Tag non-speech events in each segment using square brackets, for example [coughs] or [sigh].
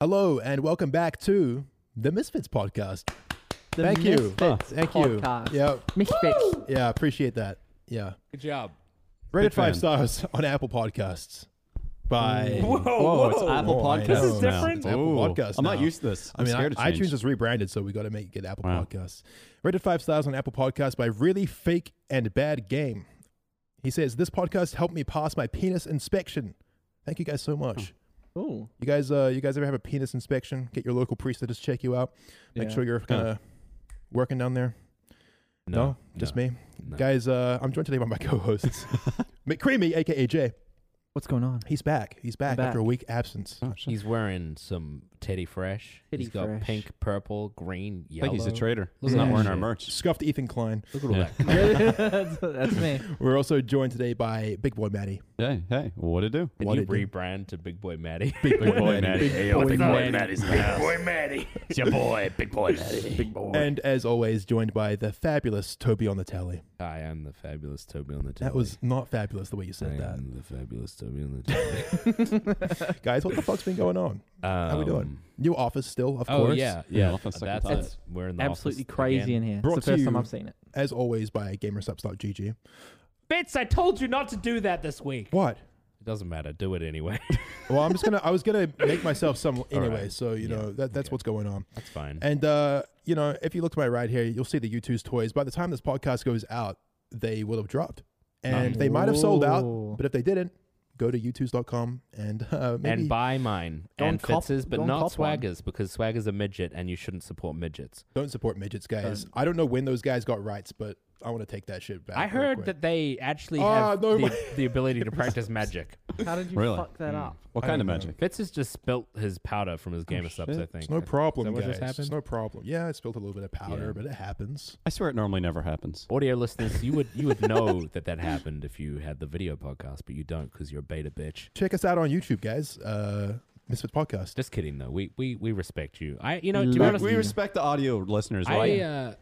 Hello and welcome back to the Misfits podcast. The Thank you. Misfits Thank podcast. you. Yeah, Misfits. yeah, appreciate that. Yeah, Good job. rated Big five fan. stars on Apple Podcasts by Whoa, Whoa, it's whoa. Apple Oh, I Podcasts. know This is now. different? It's Apple Ooh. Podcasts. I'm not now. used to this. I I'm mean, I, scared to change. [laughs] iTunes is rebranded, so we got to make it Apple Wow. Podcasts. Rated five stars on Apple Podcasts by Really Fake and Bad Game. He says this podcast helped me pass my penis inspection. Thank you guys so much. Oh, You guys, uh, you guys ever have a penis inspection? Get your local priest to just check you out, make Yeah. sure you're kind of working down there. No, just me, no. guys. Uh, I'm joined today by my [laughs] co-hosts, McCreamy, aka Jay. what's going on? He's back. He's back, after a back. week absence. Oh, shit. He's wearing some Teddy Fresh. Teddy He's got Fresh. pink, purple, green, I yellow. think he's a traitor. He's Yeah. not wearing our Shit. merch. Scuffed Ethan Klein. Look at all Yeah. that. that's, that's me. We're also joined today by Big Boy Maddie. Hey, hey, what to do? Did What you did you- rebrand to Big Boy Maddie? [laughs] Big boy, Maddie. Hey, yo, Big boy, Maddie's in the house. Boy Maddie. [laughs] It's your boy, big boy, Maddie. Big boy. And as always, joined by the fabulous Toby on the tally. Hi, I'm the fabulous Toby on the table. That was not fabulous the way you I said am the fabulous Toby on [laughs] the table. that. [laughs] guys, what the fuck's been going on? How we doing? New office still, of Um, Oh course. yeah, Yeah, yeah. off the second That's time. it. We're in the Absolutely office crazy in again. here. Brought it's to the first you- time I've seen it. As always by gamersubs.gg. Bits, I told you not to do that this week. What? It doesn't matter. Do it anyway. [laughs] Well, I'm just gonna. I was gonna make myself some anyway. right. So you Yeah, know that that's okay. what's going on. That's fine. And uh, you know, if you look to my right here, you'll see the U2's toys. By the time this podcast goes out, they will have dropped, and Nice. they might have sold out. Ooh. But if they didn't, go to u2s.com and uh, maybe and buy mine Don't and cop- Fitz's, but don't not cop one. Swagger's because Swagger's a midget and you shouldn't support midgets. don't support midgets, Uh, guys. I don't know when those guys got rights, but I want to take that shit back. Ah, I real heard quick. that they actually Ah, have no, the, my- the ability to [laughs] practice magic. How did you Really? fuck that Hmm. up? What Hmm. I kind of don't know. magic? Fitz has just spilt his powder from his game of subs, shit. I think. It's Oh, no Is problem, that what guys. just It's happened? no problem. Yeah, I spilled a little bit of powder, but it happens. I swear it normally never happens. Audio listeners, you would you would know [laughs] that that happened if you had the video podcast, but you don't because you're a beta bitch. Check us out on YouTube, guys. Uh, Misfits Podcast. Just kidding though. We we, we respect you. I you know to be Love honest, We Yeah. respect the audio listeners, I right? uh,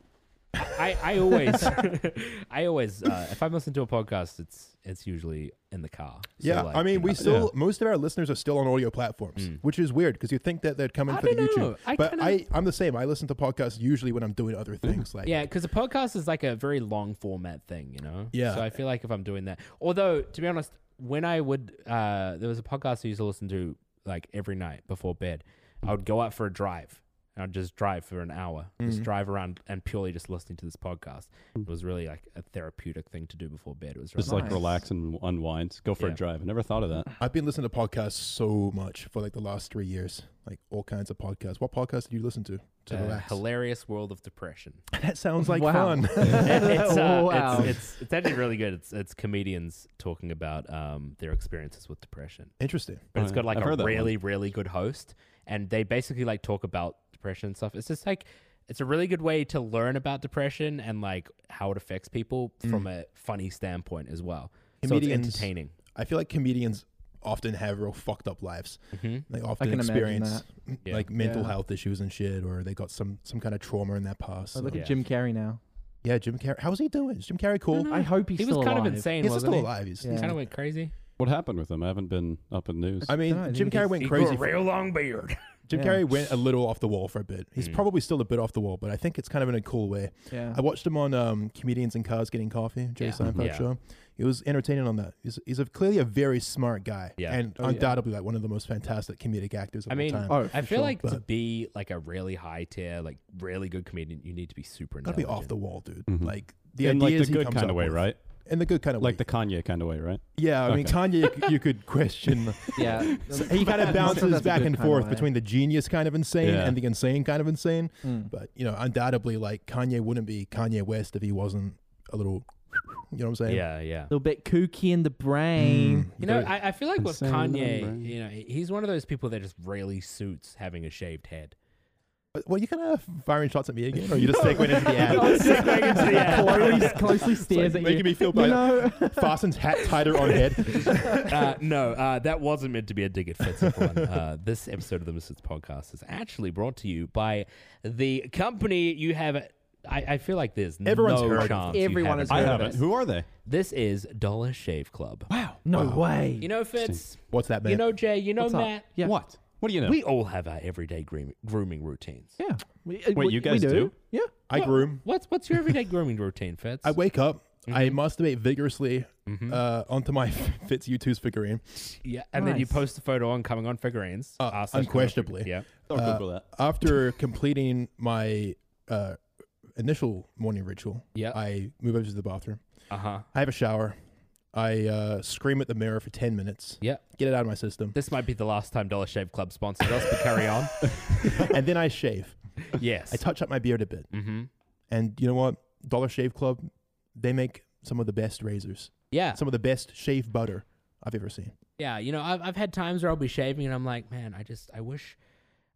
I I always [laughs] I always uh, if I'm listening to a podcast, it's it's usually in the car. So, Yeah, like, I mean, you we know. Mm. still most of our listeners are still on audio platforms, which is weird because you think that they'd come in I for the don't know. YouTube. I but kinda- I, I'm the same. I listen to podcasts usually when I'm doing other Mm-hmm. things. Like, Yeah, because a podcast is like a very long format thing, you know? Yeah. So I feel like if I'm doing that, although to be honest, when I would, uh, there was a podcast I used to listen to like every night before bed. I would go out for a drive and I'd just drive for an hour, just drive around and purely just listening to this podcast. It was really like a therapeutic thing to do before bed. It was really Just Nice. like relax and unwind. Go for a Yeah. drive. I never thought of that. I've been listening to podcasts so much for like the last three years, like all kinds of podcasts. What podcast did you listen to to uh, relax? hilarious world of depression. [laughs] that sounds like Wow. fun. Oh, [laughs] [laughs] it's, uh, Wow. it's, it's it's actually really good. It's it's comedians talking about um, their experiences with depression. Interesting. but it's Oh, got like I've a heard that one. really really good host and they basically like talk about depression and stuff it's just like it's a really good way to learn about depression and like how it affects people from a funny standpoint as well Comedians- so it's entertaining I feel like comedians often have real fucked up lives. Mm-hmm. They often can imagine experience that. m- Yeah. like mental Yeah. health issues and shit, or they got some some kind of trauma in their past. Oh, look So- Yeah. at Jim Carrey now. yeah, Jim Carrey. How's he doing? Is Jim Carrey cool? I hope he's he was still kind alive. of insane He's wasn't still he alive. He's, he's Yeah. kind of went crazy What happened with him? I haven't been up in news. I mean, dunno, I Jim think Carrey he's- went crazy. for- real long beard Jim Yeah. Carrey went a little off the wall for a bit. Hmm. He's probably still a bit off the wall, but I think it's kind of in a cool way. Yeah. I watched him on um, Comedians in Cars Getting Coffee, Jay Yeah. Seinfeld Yeah. show. He was entertaining on that. He's, he's a, clearly a very smart guy, Yeah. and yeah. undoubtedly like one of the most fantastic comedic actors of i all mean time. Oh, for i feel sure, like to but- be like a really high tier like really good comedian you need to be super Gotta be intelligent. off the wall, dude. Like the in like ideas the he good comes kind up of way, with. right? In the good kind of Like way. the Kanye kind of way, right? yeah, I mean Kanye, you c- you could question. [laughs] Yeah. He kind of That's- that's bounces a back good and kind of forth way. between the genius kind of insane Yeah. and the insane kind of insane. Hmm. But you know, undoubtedly, like Kanye wouldn't be Kanye West if he wasn't a little. You know what I'm saying? Mm, yeah yeah A little bit kooky in the Hmm. brain. You know, I, I feel like with Insane number. Kanye, you know, he- he's one of those people that just really suits having a shaved head. But- Uh, Well, you kind of firing shots at me again, or you [laughs] just segueing into the ad. closely, closely stares It's like at you. making me feel You bad. know, [laughs] Fastens hat tighter on head. Uh, no, uh, that wasn't meant to be a dig at Fitz, everyone. Uh, this episode of the Misfits podcast is actually brought to you by the company you have. I, I feel like there's Everyone's no heard of chance. it. you Everyone has I heard of haven't. Who are they? This is Dollar Shave Club. wow. No way. You know, Fitz. What's that, man? You know, Jay. You know, What's up? Matt. Yeah. What? What do you know? We all have our everyday groom- grooming routines. Yeah. We, Wait, you guys do? Yeah. I groom. What's what's your everyday grooming routine, Fitz? I wake up. I masturbate vigorously Mm-hmm. uh, onto my [laughs] Fitz U2's figurine, yeah, and then you Nice. post the photo on coming on figurines. Uh, Ah, slash Coming On unquestionably. Figurines. I'll uh, Google that. After completing my uh, initial morning ritual, Yeah. Yeah. I move over to the bathroom. Uh huh. I have a shower. I uh, scream at the mirror for 10 minutes. Yeah. Get it out of my system. This might be the last time Dollar Shave Club sponsors us, but carry on. [laughs] and then I shave. [laughs] yes. I touch up my beard a bit. mm-hmm. And you know what? Dollar Shave Club, they make some of the best razors, Yeah. some of the best shave butter I've ever seen. Yeah, you know, I've, I've had times where I'll be shaving and I'm like, man, I just, I wish,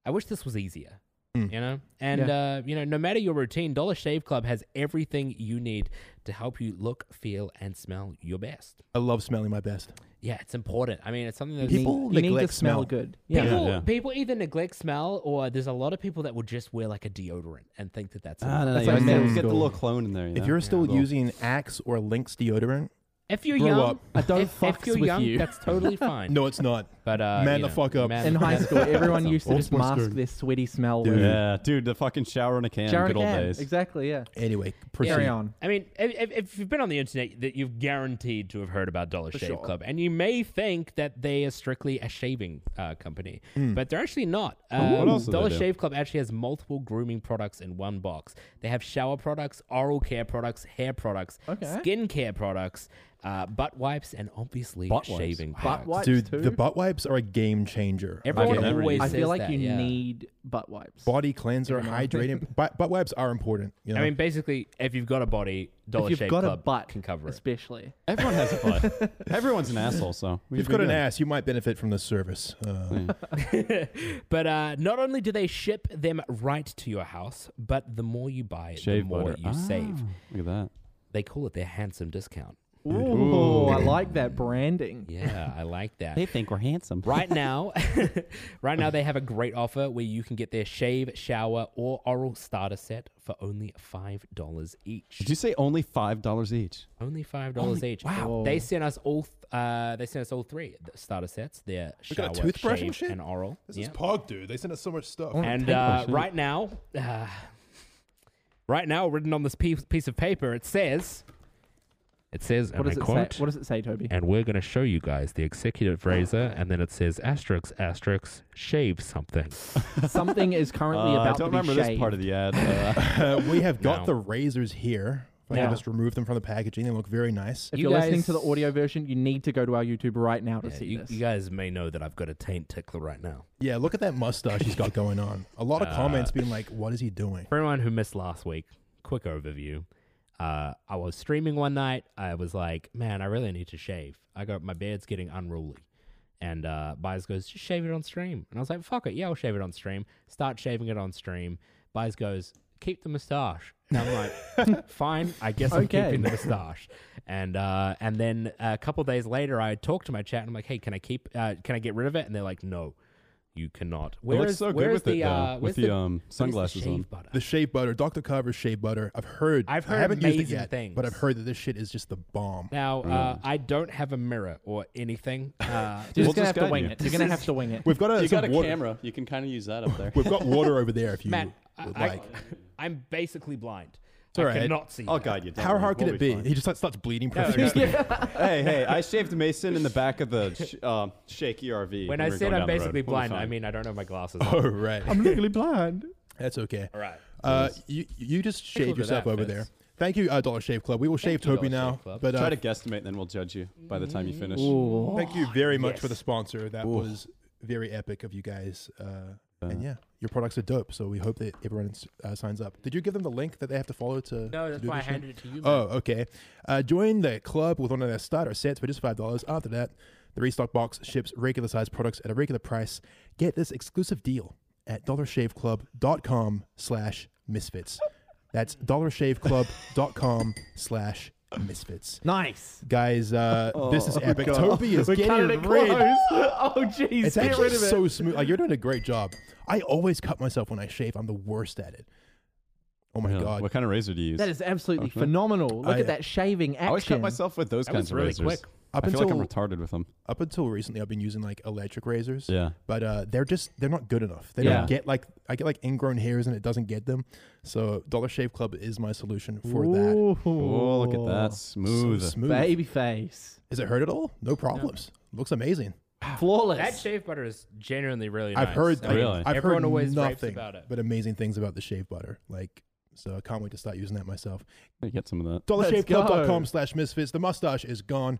I wish this was easier. Mm. You know, and uh, you know, no matter your routine, Dollar Shave Club has everything you need to help you look, feel, and smell your best. I love smelling my best. Yeah, it's important. I mean, it's something that You People need, you need neglect to smell smell. good. Yeah. people yeah. people either neglect smell or there's a lot of people that will just wear like a deodorant and think that that's. Ah, enough. no, no, That's you like get- middle you get the school. little clone in there. You If know? you're still Little- using Axe or Lynx deodorant, If you're Grow young, up. I don't if, fucks if you're with young, you. that's [laughs] totally fine. no, it's not. but uh, Man you the know, fuck up. man- In high man- school, everyone used to Old just school mask school. their sweaty smell Dude. with Yeah, dude, the fucking shower in a can. shower good old again. days. Exactly. Yeah. Anyway, Carry proceed. on. I mean, if, if- if you've been on the internet, that you've guaranteed to have heard about Dollar Shave sure. Club, and you may think that they are strictly a shaving uh, company, but they're actually not. Um, what else do they Dollar do? Shave Club actually has multiple grooming products in one box. They have shower products, oral care products, hair products, Okay. skin care products, uh, butt wipes, and obviously Butt wipes. shaving Butt products. wipes Dude, too. the butt wipes are a game changer. Everyone I've never always used I says it. feel like that, you yeah. need butt wipes. Body cleanser, [laughs] hydrating. butt, butt wipes are important. You know? I mean, basically, if you've got a body, Dollar if you've Shave got Club a butt, can cover it. especially. Everyone has a [laughs] butt. Everyone's an asshole, so if you've got an ass, you might benefit from this service. Uh, But uh, not only do they ship them right to your house, but the more you buy, Shave the more butter. you save. Ah, Look at that. They call it their handsome discount. Ooh, I like that branding. [laughs] Yeah, I like that. think we're handsome. [laughs] Right now, right now they have a great offer where you can get their shave, shower, or oral starter set for only five dollars each. Did you say only five dollars each? Only five dollars each. wow. They sent us all. Th- uh, they sent us all three th- starter sets. Their shower, got a toothbrush shave, and shit? and oral. this yeah. is Pog, dude. They sent us so much stuff. Oh, And uh, right now, uh, right now, written on this piece, piece of paper, it says, it says, What and does I it quote, say? What does it say, Toby? and we're going to show you guys the executive razor, and then it says asterisk asterisk shave something. Something is currently Uh, I about don't to be remember shaved. this part of the ad. [laughs] Uh, Uh, [laughs] we have got No. the razors here. If I No. can just remove them from the packaging, they look very nice. If You you are listening to the guys- audio version, you need to go to our YouTube right now to see you, this. you guys may know that I've got a taint tickler right now. Yeah, look at that mustache he's got going on. A lot of comments being like, "What is he doing?" For anyone who missed last week, quick overview. Uh, I was streaming one night. I was like, man, I really need to shave. I got my beard's getting unruly. And uh, Byers goes, just shave it on stream. And I was like, fuck it. Yeah, I'll shave it on stream. Start shaving it on stream. Byers goes, keep the mustache. And I'm like, [laughs] fine, I guess I'm Okay. keeping the mustache. And uh, and then a couple days later, I talked to my chat and I'm like, hey, can I keep, uh, can I get rid of it? And they're like, no, you cannot. it Where looks is- so good where is with it, the, though, uh, with where's the, um, where's the sunglasses on. shave butter? The shea butter, Dr. Carver's shea butter. I've heard. I've I heard haven't used it amazing yet, things. but I've heard that this shit is just the bomb. Now, uh, I don't have a mirror or anything. [laughs] Uh, [laughs] You're We'll just gonna just have to guide wing you. it. You're gonna have to wing it. We've got a, you some got a water. camera. You can kind of use that up there. [laughs] We've got water over there. If you Matt, would I, [laughs] like, I, am basically blind. all I right. cannot see. I'll guide Oh, you. don't how worry, hard could we'll it be? [laughs] fine. He just like, starts [laughs] bleeding no, profusely. hey, hey! I shaved Mason in the back of the sh- uh, shaky RV. When we I were said going I'm down the road. basically We'll be blind, fine. I mean I don't have my glasses. [laughs] oh on. right, I'm legally blind. that's okay. All right. Uh, you you just look shaved at yourself that, over Fitz. there. Thank you, uh, Dollar Shave Club. We will shave you, Toby Dollar Shave now, Club. but Try uh, to guesstimate, then we'll judge you by the time you finish. thank you very much for yes. the sponsor. That was very epic of you guys. Uh, and yeah, your products are dope. So we hope that everyone uh, signs up. Did you give them the link that they have to follow to? [laughs] No, to that's do why I this shit? handed it to you. Oh, okay. Uh, join the club with one of their starter sets for just five dollars. After that, the restock box ships regular size products at a regular price. Get this exclusive deal at dollarshaveclub.com slash misfits. That's dollarshaveclub.com slash misfits. Nice. Guys, uh, this Oh, is epic. Toby is Cut getting it rid. close. Oh jeez. It's get actually rid of it. so smooth. Like, you're doing a great job. I always cut myself when I shave. I'm the worst at it. Oh my Yeah. god. What kind of razor do you use? That is absolutely Okay. phenomenal. Look I- at that shaving action. I always cut myself with those that kinds was really of razors. quick. Up I feel until like I'm retarded with them. up until recently, I've been using like electric razors. Yeah. But uh, they're just they're not good enough. They Yeah. don't get like I get like ingrown hairs and it doesn't get them. So Dollar Shave Club is my solution for that. Oh, look at that smooth. So smooth. Baby face. Is it hurt at all? No problems. Looks amazing. Flawless. That shave butter is genuinely really nice. I've [laughs] heard I mean, Really? I've Everyone heard always raves nothing about it. but amazing things about the shave butter. Like so, I can't wait to start using that myself. Let me get some of that. DollarShaveClub.com slash misfits. The mustache is gone.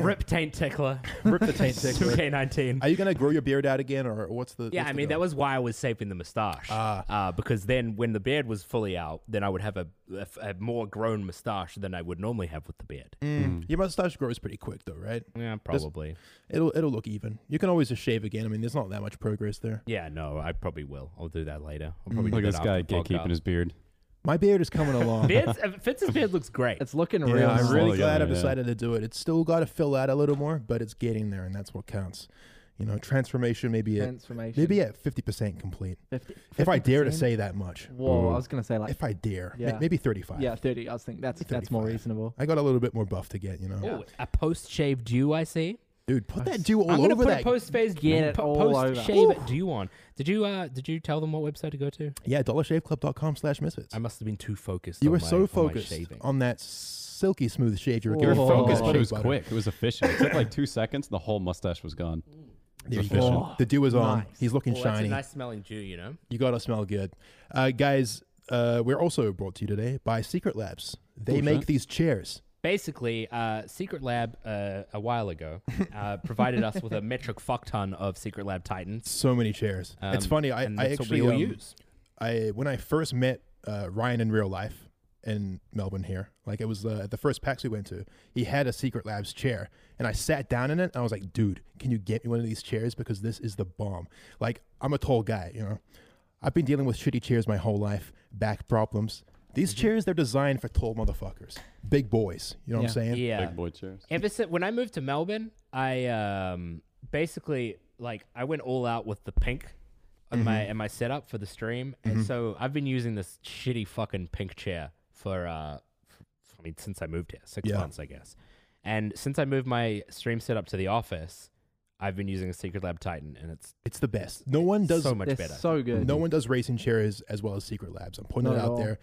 Rip Taint Tickler. [laughs] Rip the [laughs] taint tickler. 2K19. Are you gonna grow your beard out again, or what's the? Yeah, what's I the mean, deal? that was why I was saving the mustache. Ah. Uh, because then when the beard was fully out, then I would have a, a, a more grown mustache than I would normally have with the beard. Mm. Your mustache grows pretty quick, though, right? Yeah, probably. It'll it'll look even. You can always just shave again. I mean, there's not that much progress there. Yeah, no, I probably will. I'll do that later. I'll probably do Look at that this guy after the gatekeeping [laughs] podcast. his beard. My beard is coming along. Beards, [laughs] uh, Fitz's [laughs] beard looks great. It's looking Yeah, real. I'm nice. really Slowly glad getting there, I've yeah. decided to do it. It's still got to fill out a little more, but it's getting there, and that's what counts. You know, transformation maybe at Transformation. maybe at fifty percent complete. 50, If I dare to 50%? say that much, Whoa, I was gonna say like if I dare, may- Yeah. maybe thirty-five. yeah, thirty. I was thinking that's that's more 35. reasonable. I got a little bit more buff to get. You know, Oh, Ooh, a post shave dew, I see. dude, put that dew all I'm gonna over put that. a post phase Get it all over. post shave dew on. Did you uh did you tell them what website to go to? yeah, dollarshaveclub.com/slash/misfits. I must have been too focused. You on were my- so on my focused Oh, shaving. on that silky smooth shave you were You You giving were Oh. focused, Focus but it shave was butter. quick. It was efficient. It took like two seconds. The whole mustache was gone. There you go. Efficient. The dew is on. Nice. He's looking Well, that's shiny. a nice smelling dew, you know. You gotta smell good, uh, guys. Uh, we're also brought to you today by Secret Labs. They Bullshit. make these chairs. Basically, uh, Secret Lab uh, a [laughs] while ago uh, provided us with a metric fuck ton of Secret Lab Titans. So many chairs. it's Um, funny. I, and I that's what actually we all um, use. I when I first met uh, Ryan in real life in Melbourne here, like it was uh, at the first PAX we went to. He had a Secret Labs chair, and I sat down in it. And I was like, "Dude, can you get me one of these chairs? Because this is the bomb." Like I'm a tall guy, you know. I've been dealing with shitty chairs my whole life, back problems. These Mm-hmm. chairs, they're designed for tall motherfuckers, big boys. You know what I'm Yeah. saying? Yeah. Big boy chairs. Ever since when I moved to Melbourne, I um, basically like I went all out with the pink on my Mm-hmm. and my setup for the stream, and so I've been using this shitty fucking pink chair for uh, f- I mean since I moved here, six Yeah. months I guess, and since I moved my stream setup to the office, I've been using a Secret Lab Titan, and it's It's the best. No one does so much They're better. so good. no one does racing chairs as well as Secret Labs. I'm putting Not it at out all. there.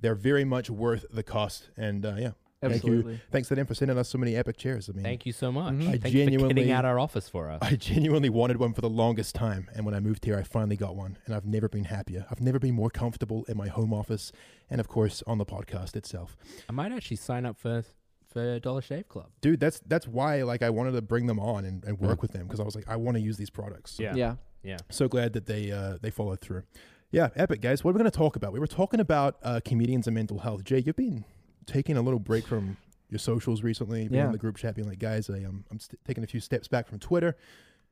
They're very much worth the cost. And uh, yeah, thank Absolutely. you. Thanks to them for sending us so many epic chairs. I mean, Thank you so much. I Thank you for genuinely- getting out our office for us. I genuinely wanted one for the longest time, and when I moved here, I finally got one, and I've never been happier. I've never been more comfortable in my home office, and of course on the podcast itself. I might actually sign up for for Dollar Shave Club. Dude, that's that's why like I wanted to bring them on and, and Mm. work with them because I was like I want to use these products. So, Yeah. Yeah. Yeah. so glad that they uh, they followed through. Yeah, epic guys. What are we going to talk about? We were talking about uh, comedians and mental health. Jay, you've been taking a little break from your socials recently. Being Yeah. in the group chat, being like, guys, I, um, I'm st- taking a few steps back from Twitter.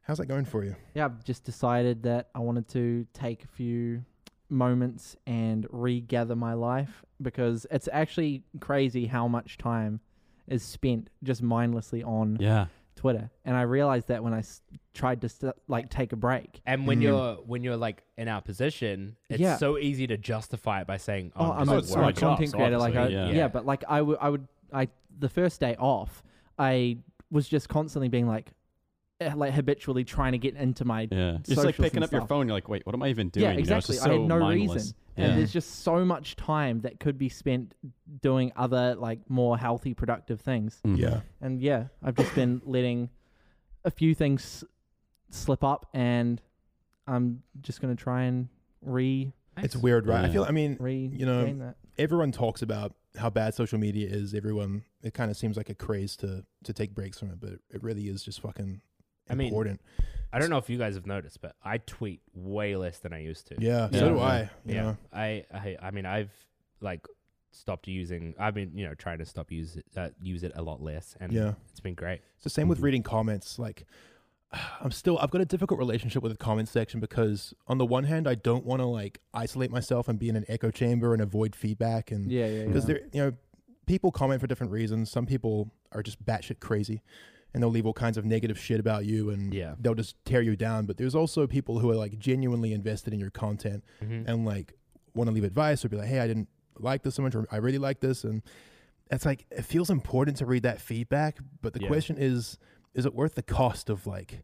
How's that going for you? Yeah, I've just decided that I wanted to take a few moments and regather my life because it's actually crazy how much time is spent just mindlessly on Yeah. Twitter. And I realized that when I s- tried to st- like take a break. And when Mm. you're when you're like in our position, it's Mm-hmm. Yeah. so easy to justify it by saying, "Oh, Oh, I'm, I'm, Oh, a, it's just so I'm a much working." content So creator. Like, I, obviously, yeah. yeah. but like I would, I would, I the first day off, I was just constantly being like, eh, like habitually trying to get into my Yeah. You're just like Socials picking and up your stuff. phone. You're like, wait, what am I even doing? yeah, You know, it's exactly. just I so had no mindless. reason, Yeah. and there's just so much time that could be spent doing other like more healthy, productive things. Mm-hmm. Mm. Yeah. And yeah, I've just been letting a few things slip up, and I'm just gonna try and re It's weird, right? I Yeah. feel. I mean, re You know, gain that. everyone talks about how bad social media is. Everyone, it kind of seems like a craze to to take breaks from it, but it really is just fucking I mean, important. I don't know if you guys have noticed, but I tweet way less than I used to. yeah, Yeah. so do Yeah. I. You yeah. know? I, I, I mean, I've like stopped using. I've been, you know, trying to stop use it, uh, use it a lot less, and Yeah. it's been great. It's the same Mm-hmm. with reading comments. Like, [sighs] I'm still, I've got a difficult relationship with the comment section because, on the one hand, I don't want to like isolate myself and be in an echo chamber and avoid feedback. And Yeah, yeah, because yeah. there, you know, people comment for different reasons. Some people are just batshit crazy and they'll leave all kinds of negative shit about you and Yeah. they'll just tear you down. But there's also people who are like genuinely invested in your content Mm-hmm. and like want to leave advice or be like, hey, I didn't like this so much or I really like this. And it's like it feels important to read that feedback, but the Yeah. question is, is it worth the cost of like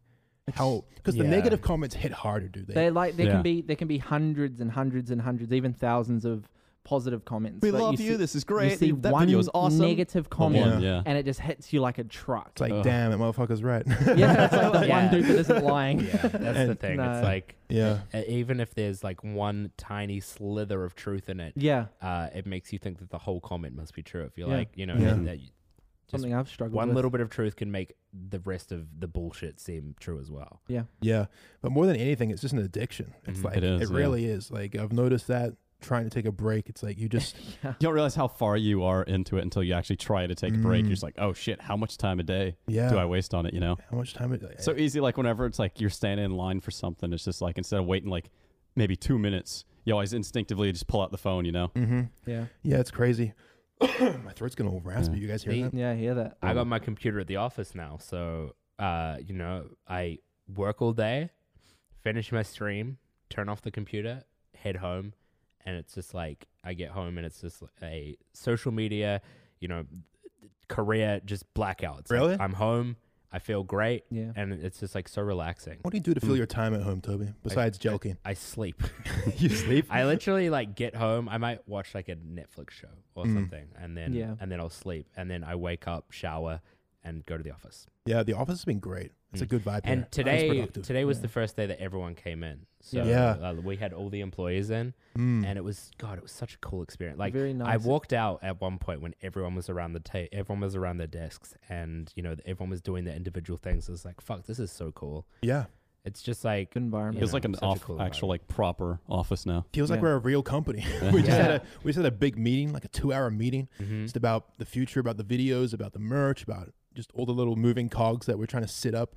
how? Because the Yeah. negative comments hit harder, do they? They like there Yeah. can be there can be hundreds and hundreds and hundreds, even thousands of positive comments. We Like, love see- you. this is great. You see That one video is awesome. negative comment, yeah. and it just hits you like a truck. it's like, Ugh. damn, that motherfucker's right. yeah, it's like [laughs] the Yeah. one dude that isn't lying. [laughs] Yeah, that's the And- thing. No. It's like yeah, uh, even if there's like one tiny slither of truth in it, Yeah, uh, it makes you think that the whole comment must be true. If you're Yeah. like, you know, Yeah. that you- Just something I've struggled one with. [laughs] little bit of truth can make the rest of the bullshit seem true as well. yeah. But more than anything, it's just an addiction. It's Mhm. like It is, it yeah. really is. Like I've noticed that trying to take a break, it's like you just Yeah. You don't realize how far you are into it until you actually try to take a break. Mm. You're just like, oh shit, how much time a day yeah. do I waste on it? You know, how much time? It, like, so easy. Like whenever it's like you're standing in line for something, it's just like instead of waiting like maybe two minutes, you always instinctively just pull out the phone. You know, hmm Yeah, Yeah, it's crazy. [coughs] My throat's gonna raspy. Yeah. You guys hear that? yeah, I hear that. I got my computer at the office now, so uh, you know, I work all day, finish my stream, turn off the computer, head home, and it's just like I get home and it's just a social media, you know, career just blackouts. Like, Really? I'm home, I feel great, Yeah, and it's just like so relaxing. What do you do to fill your time at home, Toby? Besides jelking, I sleep. [laughs] you sleep. I literally like get home. I might watch like a Netflix show or Mm. something, and then Yeah. and then I'll sleep, and then I wake up, shower, and go to the office. Yeah, the office has been great. It's a Mm. good vibe. here. And It's today, productive. today was Yeah. the first day that everyone came in. So Yeah. uh, we had all the employees in, Mm. and it was God, it was such a cool experience. Like very I nice. walked out at one point when everyone was around the ta- everyone was around their desks, and you know everyone was doing their individual things. It was like, fuck, this is so cool. yeah, It's just like good environment. it's know, like an such a off, cool actual like proper office now. feels like Yeah. we're a real company. [laughs] we just Yeah. had a we just had a big meeting, like a two hour meeting, mhm. just about the future, about the videos, about the merch, about just all the little moving cogs that we're trying to sit up.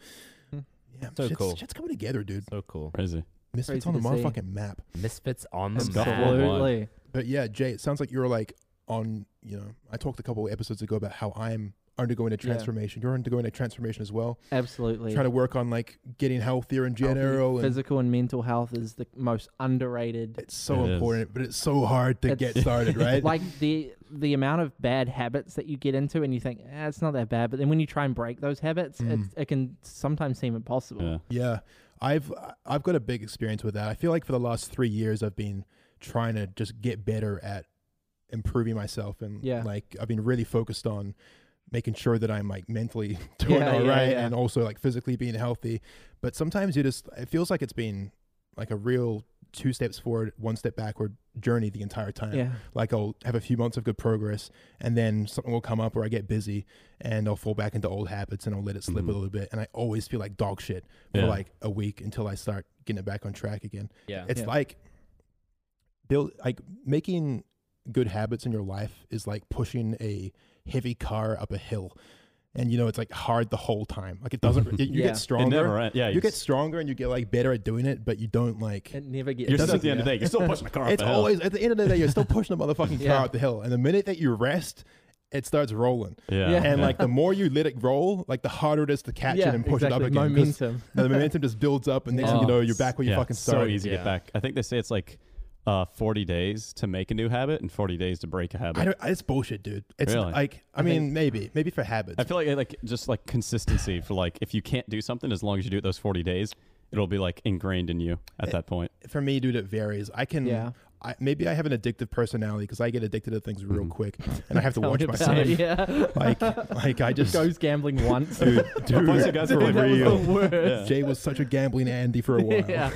Mm. Yeah, So shit's, cool. shit's coming together, dude. so cool. Crazy. Misfits Crazy on the to see. motherfucking map. Misfits on the Absolutely. map. Absolutely. But yeah, Jay, it sounds like you're like on. You know, I talked a couple episodes ago about how I'm undergoing a transformation. You're undergoing a transformation as well. Absolutely. Trying to work on like getting healthier in Healthy general. and Physical and mental health is the most underrated. it's so It is. important, but it's so hard to It's- get started, [laughs] [laughs] right? Like the the amount of bad habits that you get into, and you think eh, it's not that bad, but then when you try and break those habits, Mm. it's, it can sometimes seem impossible. Yeah. Yeah, I've I've got a big experience with that. I feel like for the last three years, I've been trying to just get better at improving myself, and Yeah. like I've been really focused on making sure that I'm like mentally [laughs] doing Yeah, all right, yeah, yeah. and also like physically being healthy. But sometimes you just it feels like it's been like a real two steps forward, one step backward journey the entire time Yeah. like I'll have a few months of good progress and then something will come up or I get busy and I'll fall back into old habits and I'll let it slip a Mhm. little bit and I always feel like dog shit for Yeah. like a week until I start getting it back on track again. Yeah. It's Yeah. like build like making good habits in your life is like pushing a heavy car up a hill. And you know it's like hard the whole time. Like it [laughs] doesn't you, you Yeah. get It stronger. It never ends. Yeah, you get stronger and you get like better at doing it, but you don't like It never gets. You're still doesn't- at the end of the day. [laughs] You're still pushing the car. up it's the hill. always at the end of the day, you're still pushing the [laughs] motherfucking Yeah. car up the hill, and the minute that you rest, it starts rolling. yeah, Yeah. And like the more you let it roll, like the harder it is to catch yeah, it and push exactly. it up again. 'cause Momentum. [laughs] the momentum just builds up, and next thing you Oh, know, you're back where you yeah, fucking it's so started. easy to Yeah. get back. I think they say it's like uh, 40 days to make a new habit and 40 days to break a habit. I don't. It's bullshit, dude. It's Really? like I, I mean, think- maybe maybe for habits. I feel like like just like consistency for like if you can't do something as long as you do it those 40 days, it'll be like ingrained in you at It- that point. for me, dude, it varies. I can. Yeah. I, maybe I have an addictive personality because I get addicted to things real Mhm. [laughs] quick, and I have to Mm-hmm. Tell watch me about myself. it, Yeah. [laughs] Like like I just goes gambling once. dude dude. Once you [laughs] guys were for like- that real. was the worst. Jay was such a gambling Andy for a while. [laughs] yeah.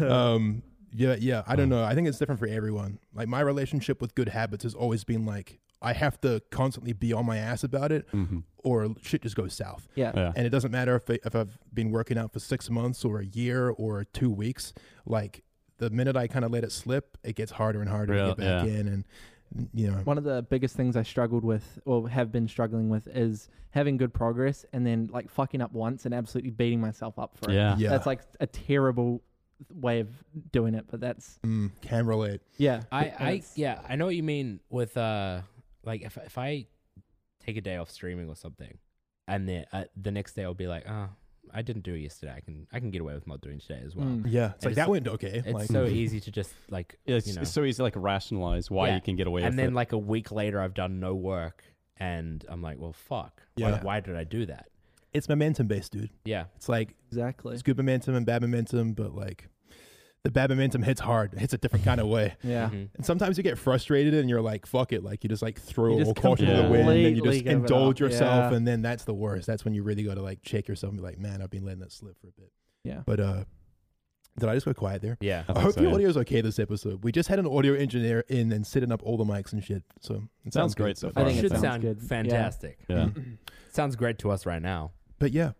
um yeah yeah i Hmm. don't know i think it's different for everyone like my relationship with good habits has always been like i have to constantly be on my ass about it Mm-hmm. or shit just goes south Yeah. Yeah. and it doesn't matter if, I, if i've been working out for six months or a year or two weeks like the minute i kind of let it slip it gets harder and harder Real- to get back yeah. in and you know One of the biggest things I struggled with, or have been struggling with, is having good progress and then like fucking up once and absolutely beating myself up for it. Yeah. yeah That's like a terrible way of doing it, but that's mm, can relate yeah. I, but I that's- yeah, I know what you mean with uh like if if I take a day off streaming or something and then uh, the next day I'll be like, "Oh, I didn't do it yesterday. I can I can get away with not doing today as well. Mm. Yeah, it's And like it's that so- went okay. It's like, [laughs] so easy to just like Yeah, it's, you know, it's so easy to like rationalize why Yeah. you can get away and with then it. like a week later, I've done no work, and I'm like, well, fuck. Why, Yeah. why did I do that? it's momentum based, dude. Yeah, It's like Exactly. it's good momentum and bad momentum, but like the bad momentum hits hard. It hits a different kind of way. Yeah. Mhm. And sometimes you get frustrated and you're like, fuck it. Like you just like throw all You just caution to the wind and you completely just give it indulge up, yourself. yeah. And then that's the worst. That's when you really got to like check yourself and be like, man, I've been letting that slip for a bit. Yeah. But, uh, did I just go quiet there? yeah. I I think hope so, the yeah. audio is okay this episode. We just had an audio engineer in and sitting up all the mics and shit. So it Sounds good great so I far. think it should sounds sound good. Yeah. fantastic. yeah. Sounds great to us right now. [clears throat] But yeah,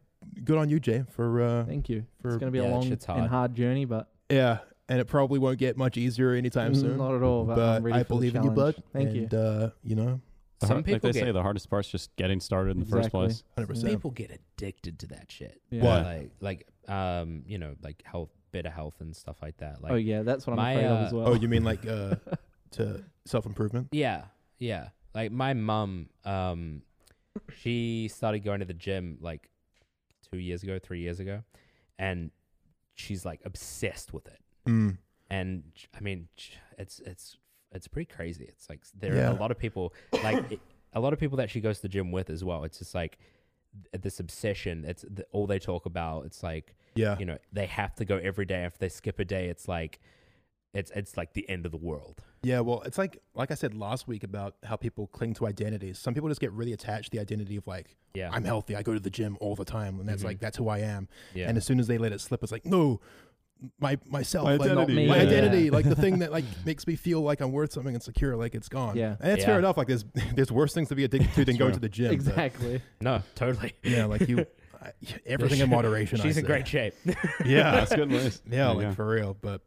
good on you, Jay, for uh, Thank you. for It's going to be yeah, a that long shit's and hard. hard journey, but yeah. And it probably won't get much easier anytime Mm, soon. Not at all. But, but I'm ready I for the believe in you, challenge. bud. Thank and, you. uh, you know, The Some hard- people Uh-huh. like they get- say, the hardest part's just getting started in the Exactly. first place. [laughs] hundred percent. People get addicted to that shit. Yeah. What? Like like um you know like health better health and stuff like that. Like oh yeah, that's what I'm my, afraid uh, of as well. Oh, [laughs] you mean like uh, to self improvement? Yeah, yeah. Like my mum, um, she started going to the gym like two years ago, three years ago, and she's like obsessed with it. Mm. And j- I mean, j- it's it's it's pretty crazy. It's like there Yeah. are a lot of people like it- a lot of people that she goes to the gym with as well. It's just like th- this obsession. It's th- all they talk about. It's like Yeah. [laughs] you know they have to go every day. If they skip a day, it's like it's it's like the end of the world. Yeah. Well, it's like like I said last week about how people cling to identities. Some people just get really attached to the identity of like Yeah, I'm healthy. I go to the gym all the time, and that's Mhm. like that's who I am. yeah. And as soon as they let it slip, it's like no, my myself, My like, identity. my Yeah. identity, like the thing that like makes me feel like I'm worth something and secure, like it's gone. Yeah. and it's fair Yeah. enough. Like there's [laughs] there's worse things to be addicted to than going to the gym. but, exactly. no, totally. [laughs] yeah, like [laughs] you, I, everything in moderation. I She's in say. great shape. [laughs] [laughs] Yeah, That's good news. Yeah, There you like go. for real. But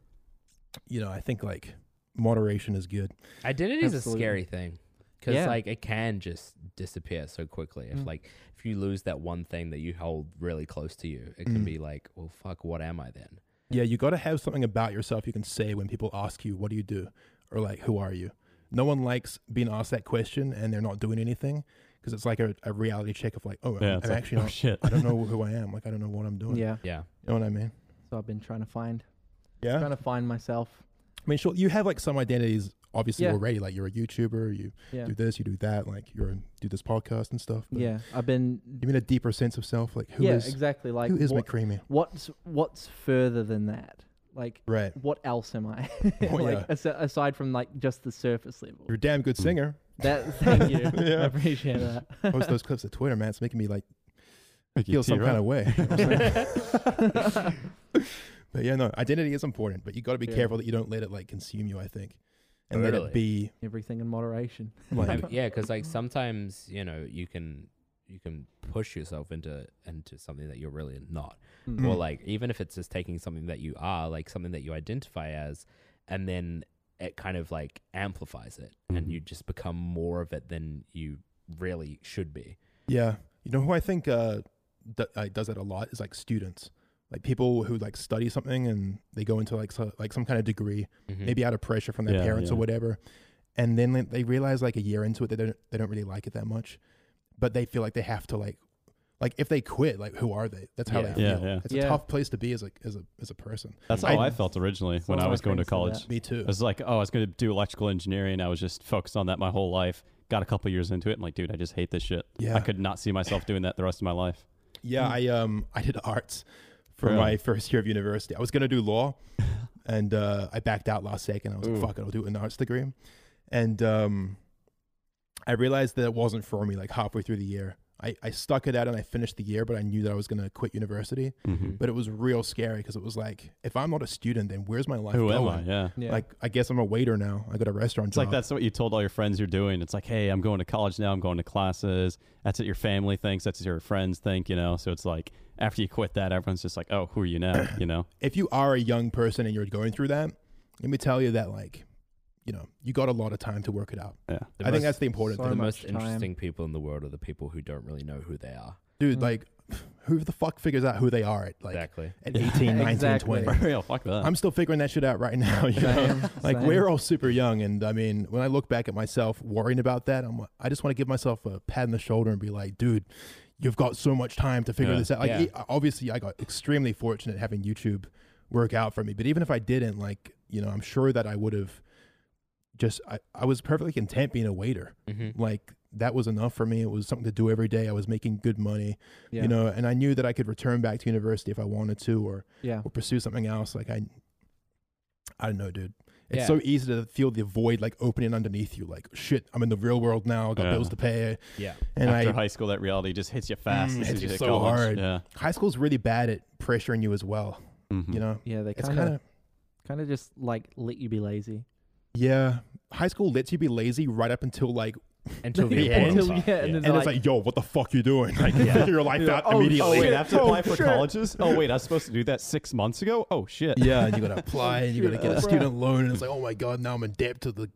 you know, I think like moderation is good. Identity is a Absolutely. scary thing because Yeah. Mm. like it can just disappear so quickly. If like if you lose that one thing that you hold really close to you, it can Mm. be like, well, fuck, what am I then? Yeah, you got to have something about yourself you can say when people ask you, "What do you do?" or like, "Who are you?" No one likes being asked that question and they're not doing anything because it's like a, a reality check of like, "Oh, I'm- Yeah, I'm, it's like, actually oh not. shit. I don't know who I am. Like, I don't know what I'm doing." Yeah. Yeah, you know what I mean? So I've been trying to find, Yeah. trying to find myself. I mean, sure, you have like some identities obviously Yeah. already. Like, you're a YouTuber. You Yeah. do this. You do that. Like, you're a, do this podcast and stuff. but Yeah. I've been. You mean a deeper sense of self? Like, who is yeah. exactly. Like who is what, McCreamy? what's what's further than that? Like Right. what else am I? [laughs] Oh, like yeah. as- aside from like just the surface level. You're a damn good singer. That thank you. [laughs] Yeah. I appreciate that. post those clips to Twitter, man. It's making me like Make you [laughs] feel some tear kind up. of way. You know what I'm [laughs] saying? [laughs] but yeah, no, identity is important, but you got to be Yeah. careful that you don't let it like consume you. I think, and let Totally. it be Everything in moderation. [laughs] like yeah, because like sometimes you know you can you can push yourself into into something that you're really not. Mm. Hmm. or like even if it's just taking something that you are like something that you identify as and then it kind of like amplifies it and Mhm. you just become more of it than you really should be yeah. You know who I think uh, d- uh does that a lot is like students, like people who like study something and they go into like so, like some kind of degree, maybe out of pressure from their Hmm. Yeah, parents or yeah. whatever, and then like, they realize like a year into it that they don't they don't really like it that much, but they feel like they have to like like if they quit, like who are they? That's how Yeah. they Yeah, feel. yeah. It's a Yeah. tough place to be as a as a as a person. That's I- how I, felt originally when Someone I was going to thinks of college. that. Me too. I was like, oh, I was going to do electrical engineering. I was just focused on that my whole life. Got a couple years into it. I'm like, dude, I just hate this shit. Yeah. I could not see myself doing that the rest of my life. Yeah, I um I did arts for Hmm. Really? my first year of university. I was gonna do [laughs] law, and uh, I backed out last second. I was like, fuck it, I'll do an arts degree, and um, I realized that it wasn't for me. Like halfway through the year, I I stuck it out and I finished the year, but I knew that I was gonna quit university. Mhm. But it was real scary because it was like, if I'm not a student, then where's my life Who am going? I? Yeah. Yeah. [laughs] Like I guess I'm a waiter now. I got a restaurant It's job. like that's what you told all your friends you're doing. It's like, hey, I'm going to college now. I'm going to classes. That's what your family thinks. That's what your friends think, you know? So it's like, after you quit that, everyone's just like, oh, who are you now? You know? if you are a young person and you're going through that, let me tell you that like, you know, you got a lot of time to work it out. Yeah. [laughs] The I think most- that's the important so thing. the much most time. interesting people in the world are the people who don't really know who they are dude Mm. like [sighs] who the fuck figures out who they are at like exactly at Yeah. 18 19 Exactly. [laughs] 20 Real, fuck that. i'm still figuring that shit out right now you [laughs] know? Same, [laughs] like same. we're all super young and i mean when i look back at myself worrying about that i'm i just want to give myself a pat on the shoulder and be like dude you've got so much time to figure Yeah. this out. Like Yeah. it- obviously, I got extremely fortunate having YouTube work out for me. But even if I didn't, like you know, I'm sure that I would have just I, I was perfectly content being a waiter. Mm-hmm. Like that was enough for me. It was something to do every day. I was making good money, Yeah. you know, and I knew that I could return back to university if I wanted to, or yeah. or pursue something else. Like I, I don't know, dude. It's Yeah. so easy to feel the void like opening underneath you. Like shit, I'm in the real world now. I got Yeah. bills to pay, Yeah. and After I high school, that reality just hits you fast. Mm, This hits is you just so college. hard. Yeah. high school's really bad at pressuring you as well. Mhm. You know, Yeah, they it's kind kind of of kind of just like let you be lazy. yeah. High school lets you be lazy right up until like, Until the Yeah, important until- part. yeah, and then- and it's like- like, yo, what the fuck you doing? [laughs] Like, figure your life out Oh immediately. wait, I have to Oh, [laughs] apply for shit. colleges. Oh wait, I was supposed to do that six months ago. Oh shit. yeah, [laughs] and you gotta apply, and you gotta get Yeah. a student loan, and it's like, oh my god, now I'm in debt to the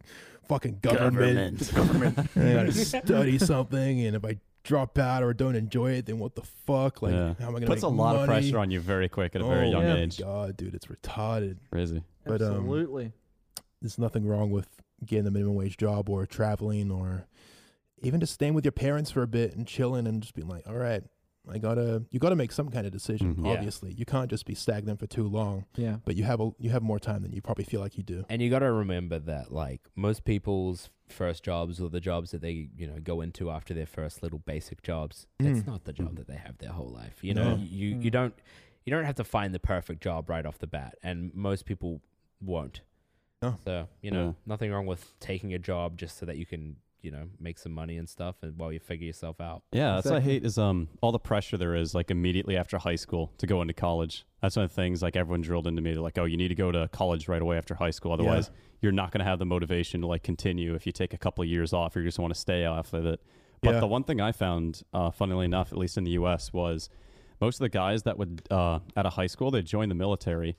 fucking government. Government. [laughs] and I [laughs] gotta study something, and if I drop out or don't enjoy it, then what the fuck? Like, Yeah. how am I gonna Puts a make lot of money? pressure on you very quick at a very oh, young my age. God, dude, it's retarded. Crazy. But, um, Absolutely. there's nothing wrong with getting a minimum wage job or traveling or even just staying with your parents for a bit and chilling and just being like, all right, I gotta, you gotta make some kind of decision. Mhm. Yeah. Obviously, you can't just be stagnant for too long. yeah. But you have a, you have more time than you probably feel like you do. And you got to remember that, like, most people's first jobs or the jobs that they, you know, go into after their first little basic jobs, Mm. it's not the job that they have their whole life. You know, No. you, you Mm. don't you don't have to find the perfect job right off the bat, and most people won't. No. So you know, Yeah. nothing wrong with taking a job just so that you can, you know, make some money and stuff, and while you figure yourself out. Yeah, that's what I Exactly. hate is um all the pressure there is like immediately after high school to go into college. That's one of the things like everyone drilled into me. They're like, oh, you need to go to college right away after high school, otherwise you're not gonna have the motivation to like continue if you take a couple of years off or you just want to stay off of it. But Yeah. the one thing I found, uh, funnily enough, at least in the U.S., was most of the guys that would uh, out of high school they'd join the military,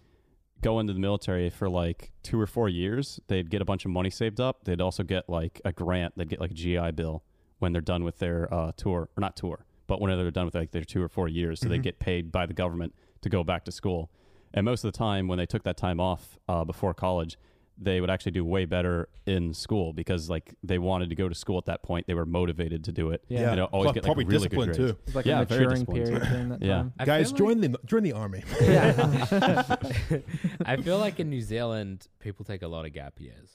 go into the military for like two or four years. They'd get a bunch of money saved up. They'd also get like a grant. They'd get like a GI Bill when they're done with their uh, tour, or not tour, but when they're done with like their two or four years, Mm-hmm. so they get paid by the government to go back to school. And most of the time, when they took that time off uh, before college, they would actually do way better in school because like they wanted to go to school at that point. They were motivated to do it. Yeah. You know, always Plus, get like probably really discipline good grades. too. It's like yeah, a very maturing disciplined. period [laughs] during that Yeah. time. I Guys, feel join the join the army. Yeah. [laughs] [laughs] I feel like in New Zealand, people take a lot of gap years.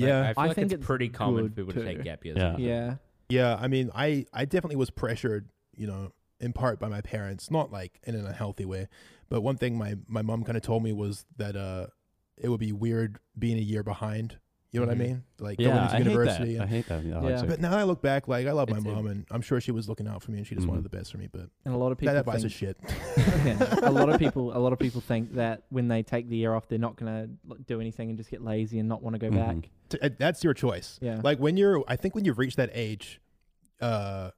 Like, I feel I like think it's, it's pretty common for good people to too. take gap years. Yeah. [laughs] yeah. Yeah, I mean, I I definitely was pressured, you know, in part by my parents, not like in an unhealthy way, but one thing my my mom kind of told me was that uh, it would be weird being a year behind. You know Mhm. Mm-hmm. what I mean? Like going into Yeah, I hate that. university. I And, hate that. Yeah, Yeah. actually. but now I look back, like I love my It's- it- mom, and I'm sure she was looking out for me, and she just wanted Mhm. the best for me. But And a lot of Mm-hmm. people that advice think, is shit. Yeah. [laughs] a lot of people a lot of people think that when they take the year off they're not going to do anything and just get lazy and not want to go Mhm. Mm-hmm. back. [laughs] T- uh, That's your choice. Yeah. Like when you're, I think when you've reached that age, uh,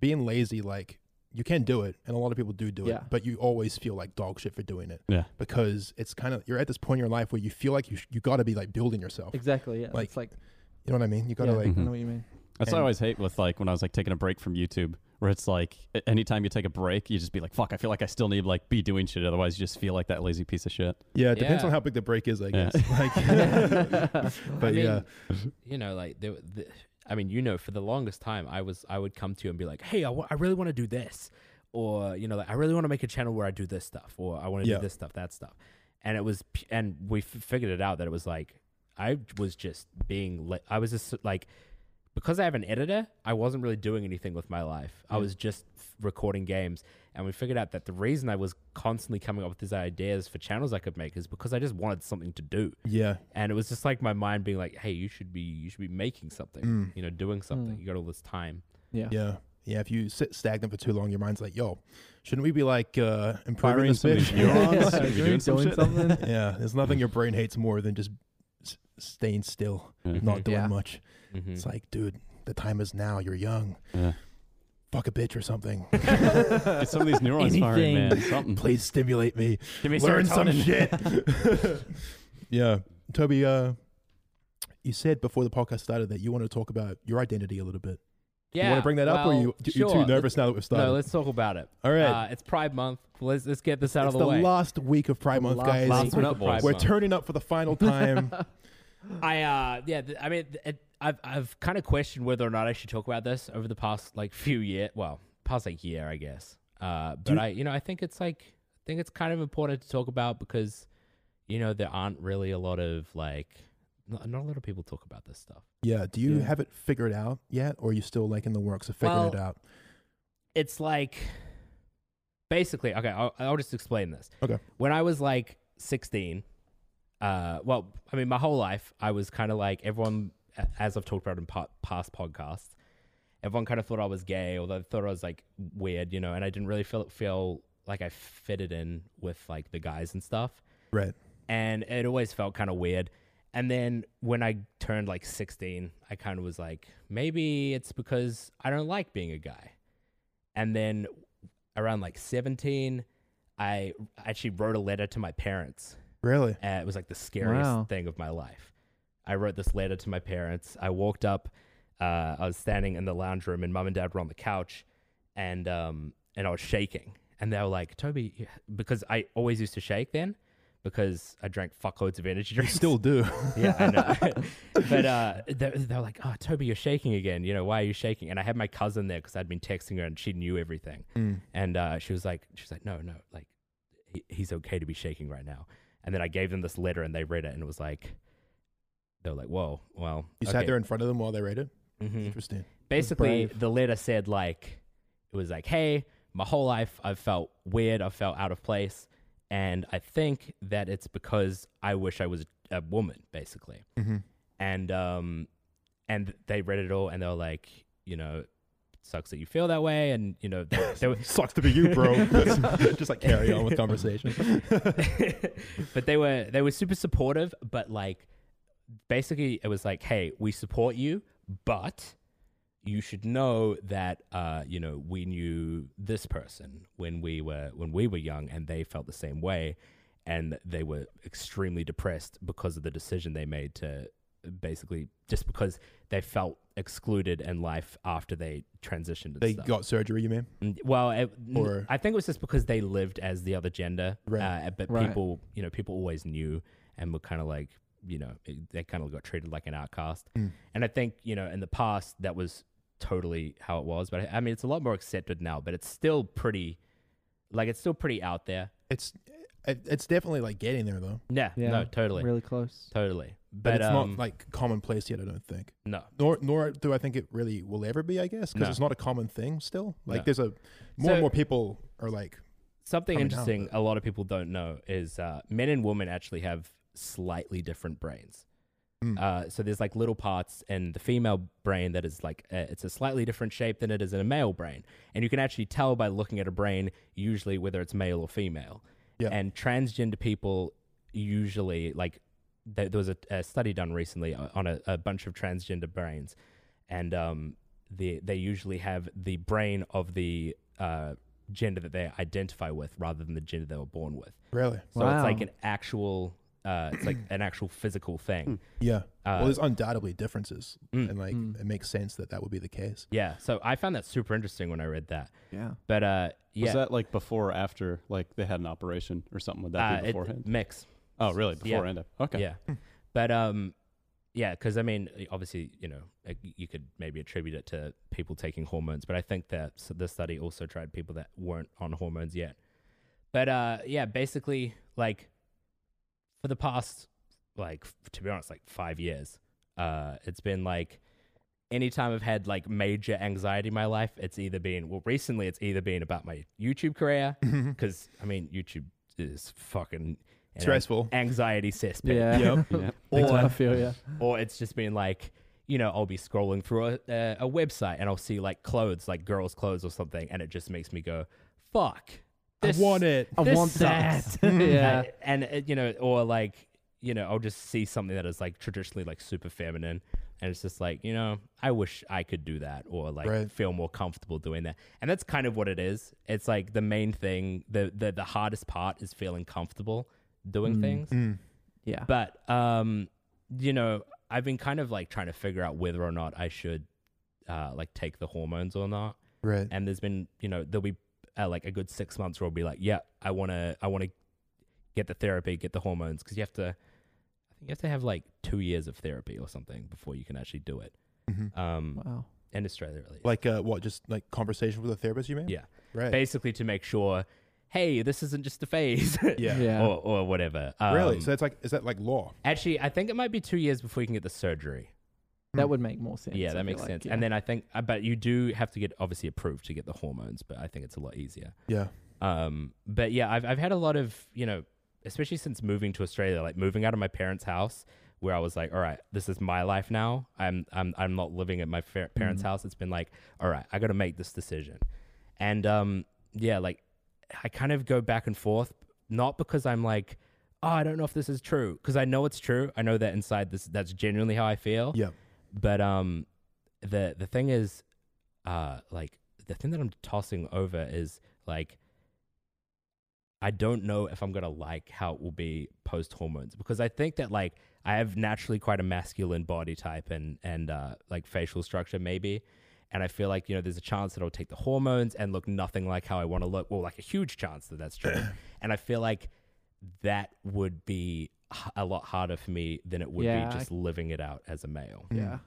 being lazy, like you can do it, and a lot of people do do it, Yeah. but you always feel like dog shit for doing it. Yeah. Because it's kind of you're at this point in your life where you feel like you sh- you got to be like building yourself. exactly. Yeah. Like, it's like You know what I mean? You got to yeah, Mm-hmm. like. I Mhm. know what you mean. That's what I And- always hate with like when I was like taking a break from YouTube, where it's like a- anytime you take a break, you just be like, "Fuck, I feel like I still need to, like be doing shit." Otherwise, you just feel like that lazy piece of shit. Yeah, it depends Yeah. on how big the break is, I Yeah. guess. [laughs] Like, [laughs] but I mean, yeah, you know, like there, the, I mean, you know, for the longest time, I was I would come to you and be like, "Hey, I wa- I really want to do this," or you know, like I really want to make a channel where I do this stuff, or I want to Yeah. do this stuff, that stuff. And it was, p- and we f- figured it out that it was like I was just being, la- I was just like, because I have an editor, I wasn't really doing anything with my life. I was just f- recording games, and we figured out that the reason I was constantly coming up with these ideas for channels I could make is because I just wanted something to do yeah, and it was just like my mind being like hey you should be you should be making something Mm. you know doing something you got all this time [laughs] Yeah. [laughs] yeah, yeah. If you sit stagnant for too long, your mind's like, "Yo, shouldn't we be like uh, improving Firing this some of bitch?" these [laughs] neurons, Like, you doing doing some shit. [laughs] something. yeah, there's nothing your brain hates more than just s- staying still, Yeah. not doing Yeah. much. mm-hmm. It's like, dude, the time is now. You're young. Yeah. Fuck a bitch or something. [laughs] Get [laughs] some [laughs] of these neurons firing, man. Anything. Something. Please stimulate me. Give me Learn some shit. [laughs] [laughs] yeah, Toby. Uh, you said before the podcast started that you want to talk about your identity a little bit. yeah you want to bring that up, or well, you sure. you're too nervous now that we've started? no let's talk about it All right, uh, it's pride month let's let's get this out it's of the, the, way last week of Pride Month, [laughs] Last guys. week. Last one up, boys. We're Month. turning up for the [laughs] final time. [laughs] I uh yeah, th- I mean th- it, I've I've kind of questioned whether or not I should talk about this over the past like few year, well, past like year, I guess. Uh, but I, you know, I think it's like I think it's kind of important to talk about because, you know, there aren't really a lot of like, not, not a lot of people talk about this stuff. Yeah. Do you Yeah. have it figured out yet, or are you still like in the works of figuring it Well- out? It's like, basically, okay, I'll, I'll just explain this. Okay. When I was like sixteen, uh, well, I mean, my whole life I was kind of like everyone, a- as I've talked about in pa- past podcasts. Everyone kind of thought I was gay, or they thought I was like weird, you know, and I didn't really feel feel like I fitted in with like the guys and stuff. Right. and it always felt kind of weird. And then when I turned like 16, I kind of was like, maybe it's because I don't like being a guy. And then around like 17, I actually wrote a letter to my parents. Really? Uh, it was like the scariest Wow. thing of my life. I wrote this letter to my parents. I walked up. Uh, I was standing in the lounge room, and mum and dad were on the couch, and um, and I was shaking. And they were like, "Toby," you- because I always used to shake then, because I drank fuckloads of energy You drinks. still do. [laughs] yeah, I [laughs] know. but uh, they're, they're like, "Oh, Toby, you're shaking again. You know why are you shaking?" And I had my cousin there because I'd been texting her, and she knew everything Mm. and uh, she was like, she's like, no, no, like he, he's okay to be shaking right now. And then I gave them this letter, and they read it, and it was like, they were like, whoa, well, You sat there in front of them while they read it. hmm Interesting. basically brave. the letter said like it was like hey my whole life i've felt weird i've felt out of place and i think that it's because i wish i was a woman basically Mhm. and um and they read it all and they were like you know sucks that you feel that way and you know they, they were, Sucks to be you, [laughs] bro. Just like carry on with conversation. but they were they were super supportive but like basically it was like hey we support you but you should know that uh, you know we knew this person when we were when we were young and they felt the same way and they were extremely depressed because of the decision they made to basically just because they felt excluded in life after they transitioned and They stuff. got surgery, you mean? Mm, Well, it, n- Or- I think it was just because they lived as the other gender, Right. uh, but Right. people, you know, people always knew and were kind of like, you know, it- they kind of got treated like an outcast. Mm. And I think, you know, in the past that was totally how it was, but I, I mean, it's a lot more accepted now, but it's still pretty, like, it's still pretty out there. It's it, it's definitely like getting there though, Yeah, Yeah, no, totally, Really close. totally. But, but, it's um, not like commonplace yet. I don't think. no, Nor nor do I think it really will ever be. I guess because No. it's not a common thing still. Like No. there's a more and So- more people are like something Coming down, interesting a lot of people don't know is uh, men and women actually have slightly different brains. Mm. Uh, so there's like little parts in the female brain that is like uh, it's a slightly different shape than it is in a male brain, and you can actually tell by looking at a brain usually whether it's male or female. Yeah. And transgender people usually like th- there was a, a study done recently o- on a, a bunch of transgender brains, and um, the, they usually have the brain of the uh, gender that they identify with rather than the gender they were born with. really So it's like Wow. an actual, uh, it's like an actual physical thing. yeah. Hmm. Uh, well, there's undoubtedly differences, Mm. and like Mm. it makes sense that that would be the [laughs] case. yeah. So I found that super interesting when I read that. Yeah. But uh, yeah, Was that like before or after like they had an operation or something? Would that uh, be it- beforehand? mix. oh, really? Before and after? Okay. Yeah. But um, yeah, because I mean, obviously, you know, like, you could maybe attribute it to people taking hormones, but I think that s- the study also tried people that weren't on hormones yet. But uh, yeah, basically, like for the past, like f- to be honest, like five years, uh, it's been like anytime I've had like major anxiety in my life, it's either been well, recently it's either been about my YouTube career because I mean, YouTube is fucking an [laughs] Stressful. anxiety cesspit Yeah. [laughs] Yeah. [laughs] I or, feel yeah. or it's just been like you know i'll be scrolling through a, a, a website and i'll see like clothes like girls clothes or something and it just makes me go fuck I want it. I this want [laughs] sucks. that. [laughs] [laughs] yeah. I- and it, you know or like you know i'll just see something that is like traditionally like super feminine and it's just like you know i wish i could do that or like Right. feel more comfortable doing that and that's kind of what it is it's like the main thing the the, the hardest part is feeling comfortable doing things Mm. Yeah. but um, you know, I've been kind of like trying to figure out whether or not I should uh like take the hormones or not. Right. And there's been, you know, there'll be uh, like a good six months where I'll be like, yeah, I wanna, I wanna get the therapy, get the hormones, because you have to, I think you have to have like two years of therapy or something before you can actually do it. hmm Um, Wow. in Australia at least. Like uh, what? Just like conversation with a therapist, you mean? yeah, Right. basically to make sure, hey, this isn't just a phase. [laughs] yeah. Yeah. or, or whatever. Um, Really? so that's like, is that like law? actually, I think it might be two years before you can get the surgery. That would make more sense. yeah, I that feel makes like, sense. yeah. And then I think, uh, but you do have to get obviously approved to get the hormones, but I think it's a lot easier. Yeah. Um, but yeah, I've I've had a lot of you know, especially since moving to Australia, like moving out of my parents' house, where I was like, all right, this is my life now. I'm I'm I'm not living at my fa- Mm-hmm. parents' house. It's been like, all right, I got to make this decision, and um, yeah, like I kind of go back and forth, not because I'm like. Oh, I don't know if this is true because I know it's true. I know that inside this, that's genuinely how I feel. Yeah. But um, the the thing is, uh, like the thing that I'm tossing over is like, I don't know if I'm gonna like how it will be post hormones because I think that like I have naturally quite a masculine body type and and uh, like facial structure maybe. And I feel like you know there's a chance that I'll take the hormones and look nothing like how I want to look. Well, like a huge chance that that's true. and I feel like that would be h- a lot harder for me than it would Yeah, I- be just living it out as a male. yeah. Mm. Hmm.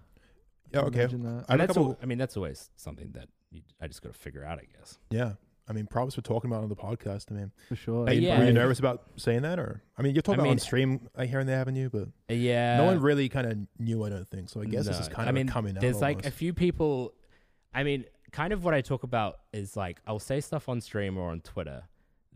Yeah. Okay. Imagine that. I had a And that's couple- al- I mean, that's always something that you, I just got to figure out, I guess. yeah. I mean, props for talking about it on the podcast. I mean, For sure. are you, yeah. were you nervous about saying that, or I mean, you're talking I about on mean- stream like, here and there, haven't you? But Yeah. no one really kind of knew, I don't think. So I guess this is No, kind I of mean, coming out. There's like a almost. few people. I mean, kind of what I talk about is like I'll say stuff on stream or on Twitter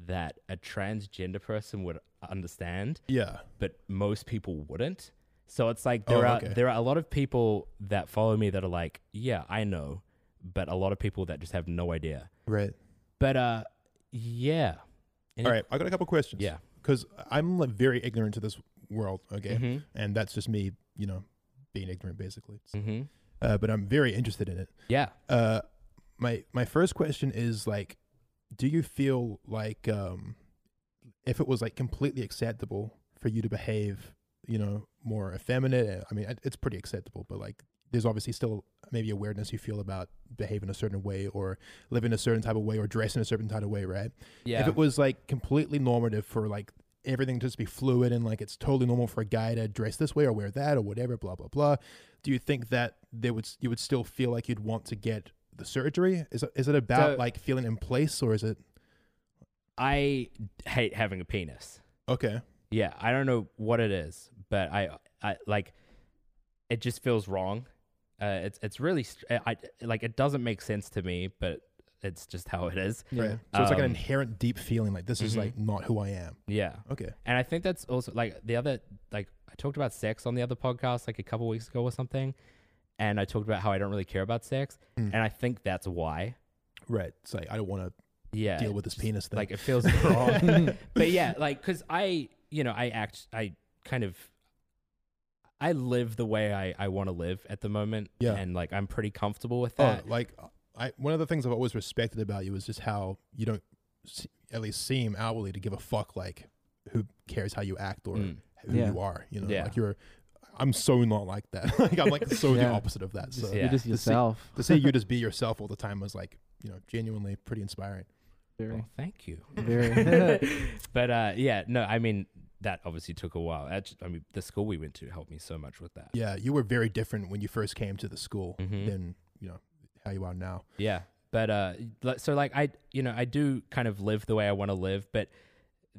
that a transgender person would understand, yeah, but most people wouldn't. So it's like there Oh, are okay. there are a lot of people that follow me that are like, yeah, I know, but a lot of people that just have no idea. right. But uh, yeah, All right, I got a couple questions. yeah, because I'm like very ignorant to this world. Okay, Mhm. and that's just me, you know, being ignorant basically. Mhm. Uh, but I'm very interested in it. yeah. Uh, my my first question is like, do you feel like um, if it was like completely acceptable for you to behave, you know, more effeminate? uh, I mean, it- it's pretty acceptable, but like, there's obviously still maybe awareness you feel about behaving a certain way or living a certain type of way or dressing a certain type of way, right? Yeah. If it was like completely normative for like everything to just be fluid and like it's totally normal for a guy to dress this way or wear that or whatever, blah blah blah. Do you think that there would you would still feel like you'd want to get the surgery? Is it, is it about So- like feeling in place or is it I hate having a penis. okay? Yeah, I don't know what it is, but I, I like, it just feels wrong. Uh, it's it's really str- I I- like it doesn't make sense to me, but it's just how it is. Yeah. Right. So it's like an Um, inherent deep feeling like this is mhm. like not who I am. Yeah, Okay. and I think that's also like the other like I talked about sex on the other podcast like a couple weeks ago or something, and I talked about how I don't really care about sex, Mm. and I think that's why. Right. It's like I don't want to Yeah, deal with this penis thing. [laughs] like it [laughs] feels wrong. but yeah, like because I, you know, I act, I kind of, I live the way I I want to live at the moment. Yeah. and like I'm pretty comfortable with oh, that. like I one of the things I've always respected about you is just how you don't se- at least seem outwardly to give a fuck like who cares how you act or Mm. who Yeah. you are. You know, Yeah. like you're. I'm so not like that. [laughs] like I'm like so the Yeah. opposite of that. So yeah. You're just To see- yourself. [laughs] to see you just be yourself all the time was like you know genuinely pretty inspiring. Very, [laughs] Well, thank you. very. but uh, yeah, no, I mean that obviously took a while. Actu- I mean, the school we went to helped me so much with that. Yeah, you were very different when you first came to the school Mhm. than you know how you are now. Yeah. But uh li- so like I you know, I do kind of live the way I want to live, but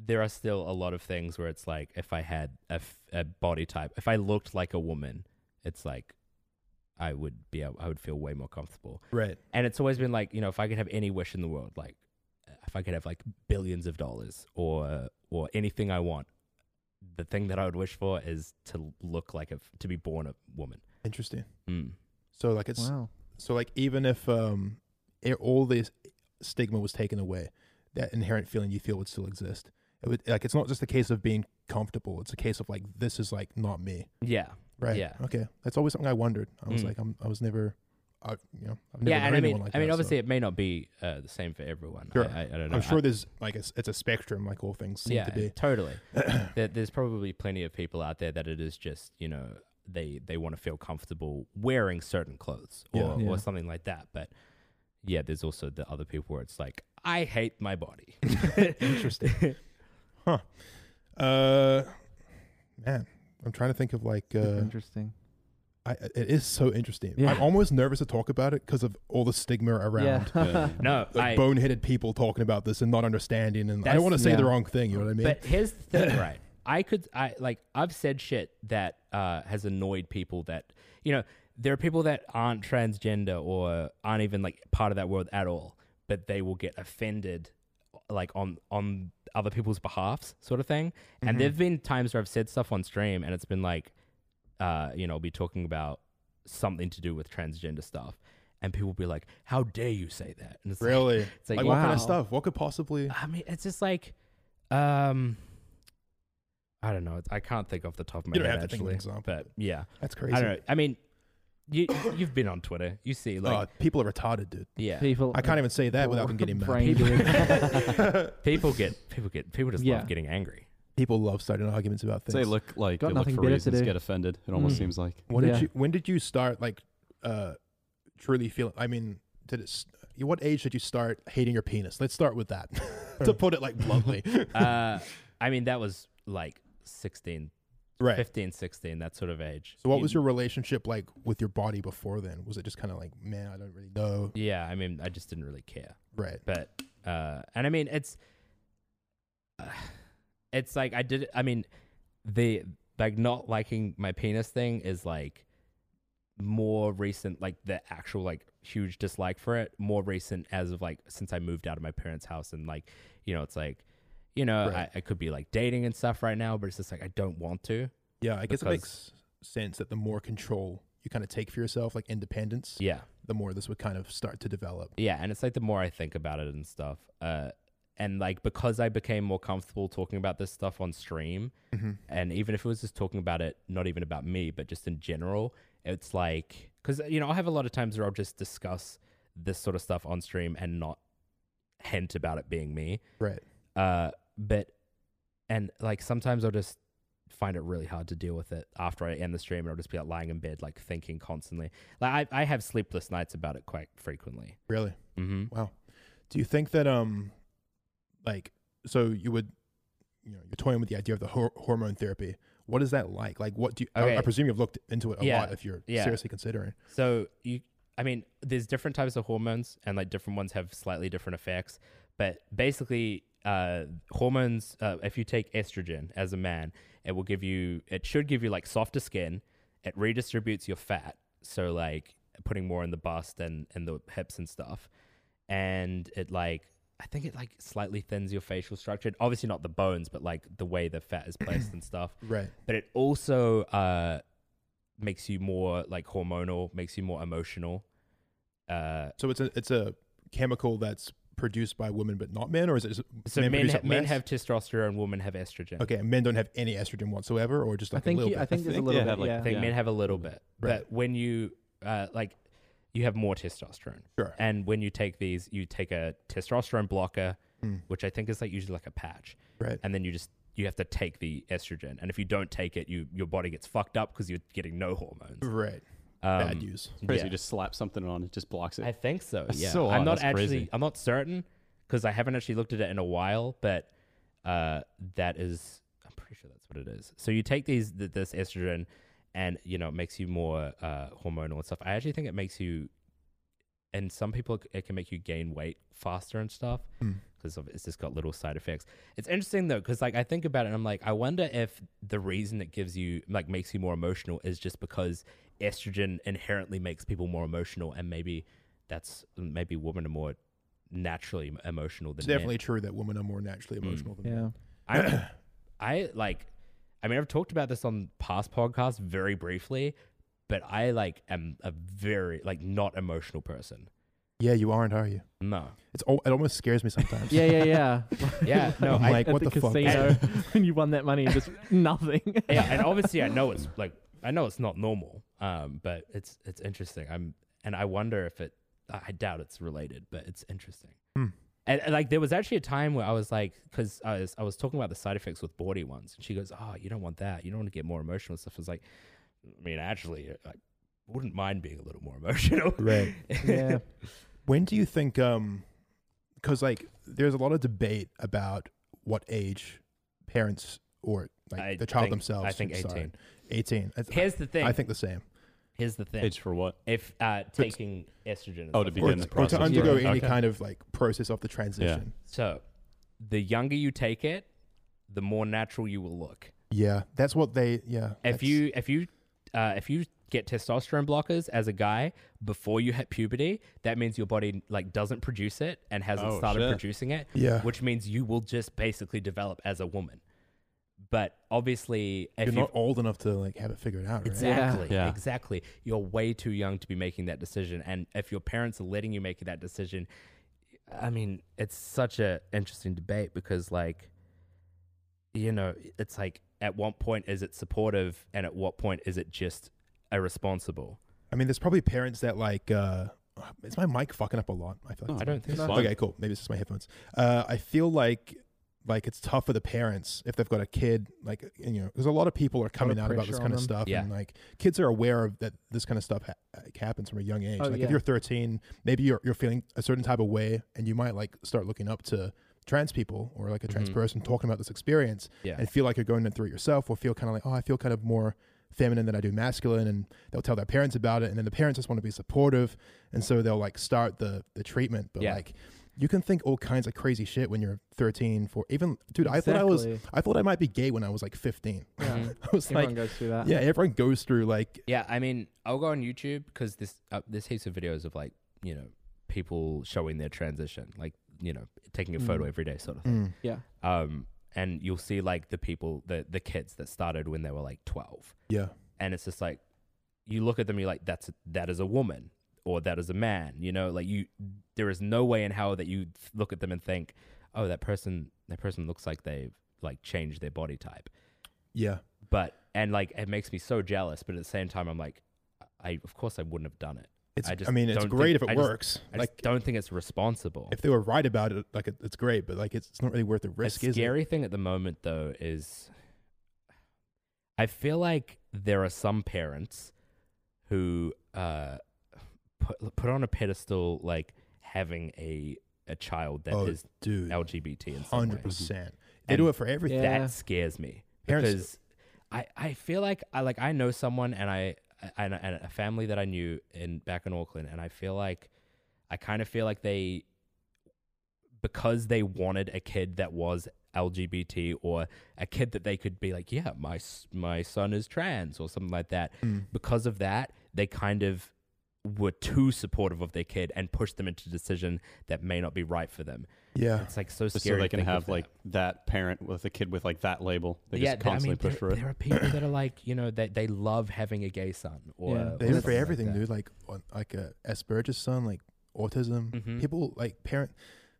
there are still a lot of things where it's like if I had a, f- a body type, if I looked like a woman, it's like I would be able, I would feel way more comfortable. Right. And it's always been like, you know, if I could have any wish in the world, like if I could have like billions of dollars or or anything I want, the thing that I would wish for is to look like a f- to be born a woman. Interesting. Mm. So like it's wow. so like even if um it, all this stigma was taken away that inherent feeling you feel would still exist it would like it's not just a case of being comfortable it's a case of like this is like not me Yeah. right Yeah. okay that's always something i wondered i was Mm. like I'm, i was never I, you know i've never yeah, known and I mean, anyone like I mean, that, so- obviously, it may not be uh, the same for everyone. Sure. I, I, I don't know. i'm sure I- there's like it's, it's a spectrum like all things seem yeah, to be [coughs] totally. there, there's probably plenty of people out there that it is just you know they they want to feel comfortable wearing certain clothes or Yeah. Yeah. or something like that. But yeah, there's also the other people where it's like I hate [laughs] my body. [laughs] interesting huh uh man i'm trying to think of like uh Interesting. I, it is so interesting. Yeah. I'm almost nervous to talk about it because of all the stigma around Yeah. Yeah. [laughs] No, I, like boneheaded people talking about this and not understanding. And I don't That's- want to say the yeah. wrong thing. You know what I mean? But here's the [laughs] thing, right? I could, I like, I've said shit that uh, has annoyed people that, you know, there are people that aren't transgender or aren't even like part of that world at all, but they will get offended, like on on other people's behalfs, sort of thing. Mm-hmm. And there've been times where I've said stuff on stream, and it's been like, uh, you know, I'll be talking about something to do with transgender stuff, and people will be like, "How dare you say that?" And it's like- really, it's [laughs] like, like what kind wow. of stuff? What could possibly? I mean, it's just like, um, I don't know. It's- I can't think off the top of my You don't head have to think of actually. an example. But yeah, That's crazy. I don't know. I mean, you you've been on Twitter. You see, like, oh, people are retarded, dude. yeah, People. I can't even say that without them getting mad. brain [laughs] dead. people get people get people just Yeah. love [laughs] getting angry. People love starting arguments about things. They look like Got they look nothing for better to reasons do. get offended. It almost Mm. Hmm. seems like when yeah. did you? When did you start like uh, truly feel? I mean, did it? s- What age did you start hating your penis? Let's start with that. [laughs] to put it like bluntly, [laughs] Uh, I mean, that was like 16, [laughs] right? 15, 16, that sort of age. So, what You- was your relationship like with your body before then? Was it just kind of like, man, I don't really know, Yeah, I mean, I just didn't really care. right? but uh and i mean it's [sighs] it's like i did i mean the like not liking my penis thing is like more recent like the actual like huge dislike for it more recent as of like since i moved out of my parents house and like you know it's like you know Right. I, I could be like dating and stuff right now but it's just like i don't want to Yeah, I guess Because- it makes sense that the more control you kind of take for yourself, like independence, yeah the more this would kind of start to develop. Yeah, and it's like the more I think about it and stuff, uh, and like because I became more comfortable talking about this stuff on stream, and even if it was just talking about it, not even about me, but just in general, it's like because you know I have a lot of times where I'll just discuss this sort of stuff on stream and not hint about it being me, Right. uh, but and like sometimes I'll just find it really hard to deal with it after I end the stream and I'll just be like lying in bed like thinking constantly. Like I, I have sleepless nights about it quite frequently. Really. Mm-hmm. Wow. Do you think that um, like, so you would, you know, you're toying with the idea of the hor- hormone therapy. What is that like? Like, what do you? I, I Okay. presume you've looked into it a Yeah, lot if you're yeah. seriously considering. So you, I mean, there's different types of hormones, and like different ones have slightly different effects. But basically, uh, hormones. Uh, if you take estrogen as a man, it will give you. It should give you like softer skin. It redistributes your fat, so like putting more in the bust and and the hips and stuff. And it like. I think it like slightly thins your facial structure. Obviously not the bones, but like the way the fat is placed and stuff Right. but it also uh, makes you more like hormonal, makes you more emotional. Uh, So it's a it's a chemical that's produced by women but not men, or is it? Just so men, men, produce ha- it men less? have testosterone, women have estrogen. Okay, and men don't have any estrogen whatsoever, or just I like a think little you, bit. I think there's a think little they bit. have, like, I yeah. think Yeah. men have a little bit, Right. but when you uh, like, you have more testosterone. Sure. And when you take these, you take a testosterone blocker, Hmm. which I think is like usually like a patch, Right. and then you just you have to take the estrogen. And if you don't take it, you your body gets fucked up because you're getting no hormones. Right. Bad Um, news. crazy. yeah. You just slap something on, it just blocks it. I think so. That's yeah, so I'm odd. not That's actually. crazy. I'm not certain because I haven't actually looked at it in a while. But uh, that is, I'm pretty sure that's what it is. So you take these th- this estrogen, and you know it makes you more uh, hormonal and stuff. I actually think it makes you, and some people it c- it can make you gain weight faster and stuff because it's just got little side effects. It's interesting though because like I think about it, and I'm like, I wonder if the reason it gives you like makes you more emotional is just because estrogen inherently makes people more emotional, and maybe that's maybe women are more naturally emotional than It's men. definitely true that women are more naturally emotional than yeah. men. [clears throat] I, I like, I mean, I've talked about this on past podcasts very briefly, but I like am a very like not emotional person. Yeah, you aren't, are you? No. It's al- it almost scares me sometimes. [laughs] Yeah, yeah, yeah. Yeah. [laughs] No. I'm I, like, At what the, the, fuck? [laughs] casino, when you won that money, [laughs] just nothing. [laughs] yeah. And obviously, I know it's like I know it's not normal. Um, but it's it's interesting. I'm and I wonder if it. I doubt it's related, but it's interesting. Hmm. And, and, like there was actually a time where I was like, because I was I was talking about the side effects with body ones, and she goes, "Oh, you don't want that. You don't want to get more emotional and stuff." I was like, I mean, actually, I wouldn't mind being a little more [laughs] emotional. [laughs] Right. yeah. When do you think? Um, because like, there's a lot of debate about what age parents or like I the child think- themselves. I think should start. 18. Eighteen. It's- Here's the thing. I think the same. Here's the thing: Age for what? if uh, taking estrogen. and Oh, to stuff like begin that. the or to process. undergo Yeah. any Okay. kind of like process of the transition. So, the younger you take it, the more natural you will look. Yeah, that's what they. Yeah, If that's- you if you uh, if you get testosterone blockers as a guy before you hit puberty, that means your body like doesn't produce it and hasn't Oh, started shit. producing it. Yeah. which means you will just basically develop as a woman. But obviously, if you're you not old enough to like have it figured out, right? Exactly. Yeah. Exactly. You're way too young to be making that decision. And if your parents are letting you make that decision, I mean, it's such a interesting debate because like you know, it's like at what point is it supportive and at what point is it just irresponsible? I mean, there's probably parents that like. uh Is my mic fucking up a lot? I Oh, feel like. I don't think so. Okay, cool. Maybe it's just my headphones. Uh, I feel like like it's tough for the parents if they've got a kid. Like you know, because a lot of people are coming out about pressure this on kind of them. stuff, Yeah. and like kids are aware of that this kind of stuff ha- like, happens from a young age. Oh, like yeah. if you're 13, maybe you're you're feeling a certain type of way, and you might like start looking up to trans people or like a trans Mhm. person talking about this experience Yeah. and feel like you're going through it yourself or feel kind of like oh i feel kind of more feminine than i do masculine and they'll tell their parents about it and then the parents just want to be supportive and so they'll like start the the treatment but Yeah. like you can think all kinds of crazy shit when you're 13 for even dude i thought i was [laughs] Exactly. i thought i might be gay when i was like 15 Mhm. [laughs] i was Everyone like goes through that. yeah everyone goes through like Yeah, I mean, I'll go on YouTube because this uh, there's heaps of videos of like you know people showing their transition, like you know taking a photo Mm. every day, sort of thing. mm, Yeah. Um, and you'll see like the people, the the kids that started when they were like twelve, yeah and it's just like you look at them, you're like, that's that is a woman or that is a man. You know, like you, there is no way in hell that you look at them and think, oh, that person, that person looks like they've like changed their body type yeah but and like it makes me so jealous but at the same time i'm like i of course i wouldn't have done it it's I i, just mean it's don't great think- if it I just- works i like just don't think it's responsible if they were right about it like it, it's great but like it's, it's not really worth the risk the is it? scary thing at the moment though is i feel like there are some parents who uh put, put on a pedestal like having a a child that oh is dude lgbt in some way. 100% they And- do it for everything Yeah. that scares me Parents- because I, I feel like I like I know someone and I and, and a family that I knew in back in Auckland and I feel like I kind of feel like they because they wanted a kid that was LGBT or a kid that they could be like yeah my s- my son is trans or something like that Mm. because of that they kind of were too supportive of their kid and pushed them into a decision that may not be right for them yeah it's like so Just scary so they to can think of have that. like that parent with a kid with like that label. They just th- I constantly mean, push there, for it. There are people that are like, you know, that they love having a gay son or Yeah. or They do it for something like everything, that. dude. Like on, like uh, Asperger's son, like autism. Mhm. People like parent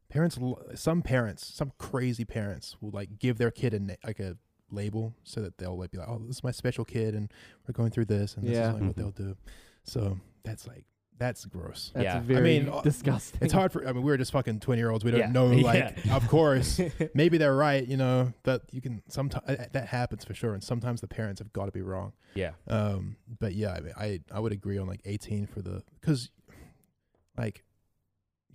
parents. l- Some parents, some crazy parents, will like give their kid a na- like a label so that they'll like be like, oh, this is my special kid, and we're going through this, and this Yeah. is like what Mhm. they'll Mm-hmm. do. So that's like that's [laughs] gross. That's Yeah. I very mean, uh, disgusting. It's hard for. I mean, we're just fucking twenty year olds. We don't Yeah. know. [laughs] Yeah. Like, of [laughs] course, maybe they're right. You know, but you can sometimes that happens for sure, and sometimes the parents have got to be wrong. Yeah. Um, but yeah, I mean, I I would agree on like 18 for the because, like,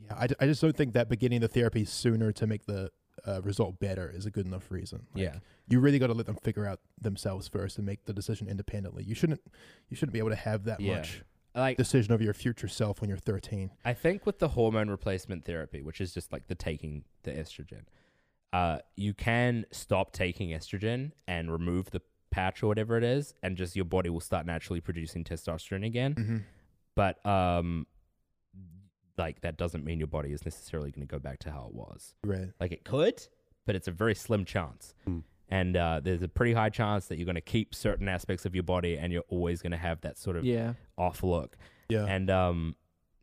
yeah, I, I just don't think that beginning the therapy sooner to make the uh, result better is a good enough reason. Like, yeah. you really got to let them figure out themselves first and make the decision independently. You shouldn't you shouldn't be able to have that Yeah. much Like decision over your future self when you're 13. I think with the hormone replacement therapy, which is just like the taking the estrogen, uh, you can stop taking estrogen and remove the patch or whatever it is, and just your body will start naturally producing testosterone again. Mm-hmm. But um like that doesn't mean your body is necessarily gonna go back to how it was. Right. Like it could, but it's a very slim chance. Hmm. Mm. And uh, there's a pretty high chance that you're going to keep certain aspects of your body and you're always going to have that sort of yeah. off look. Yeah. And, um,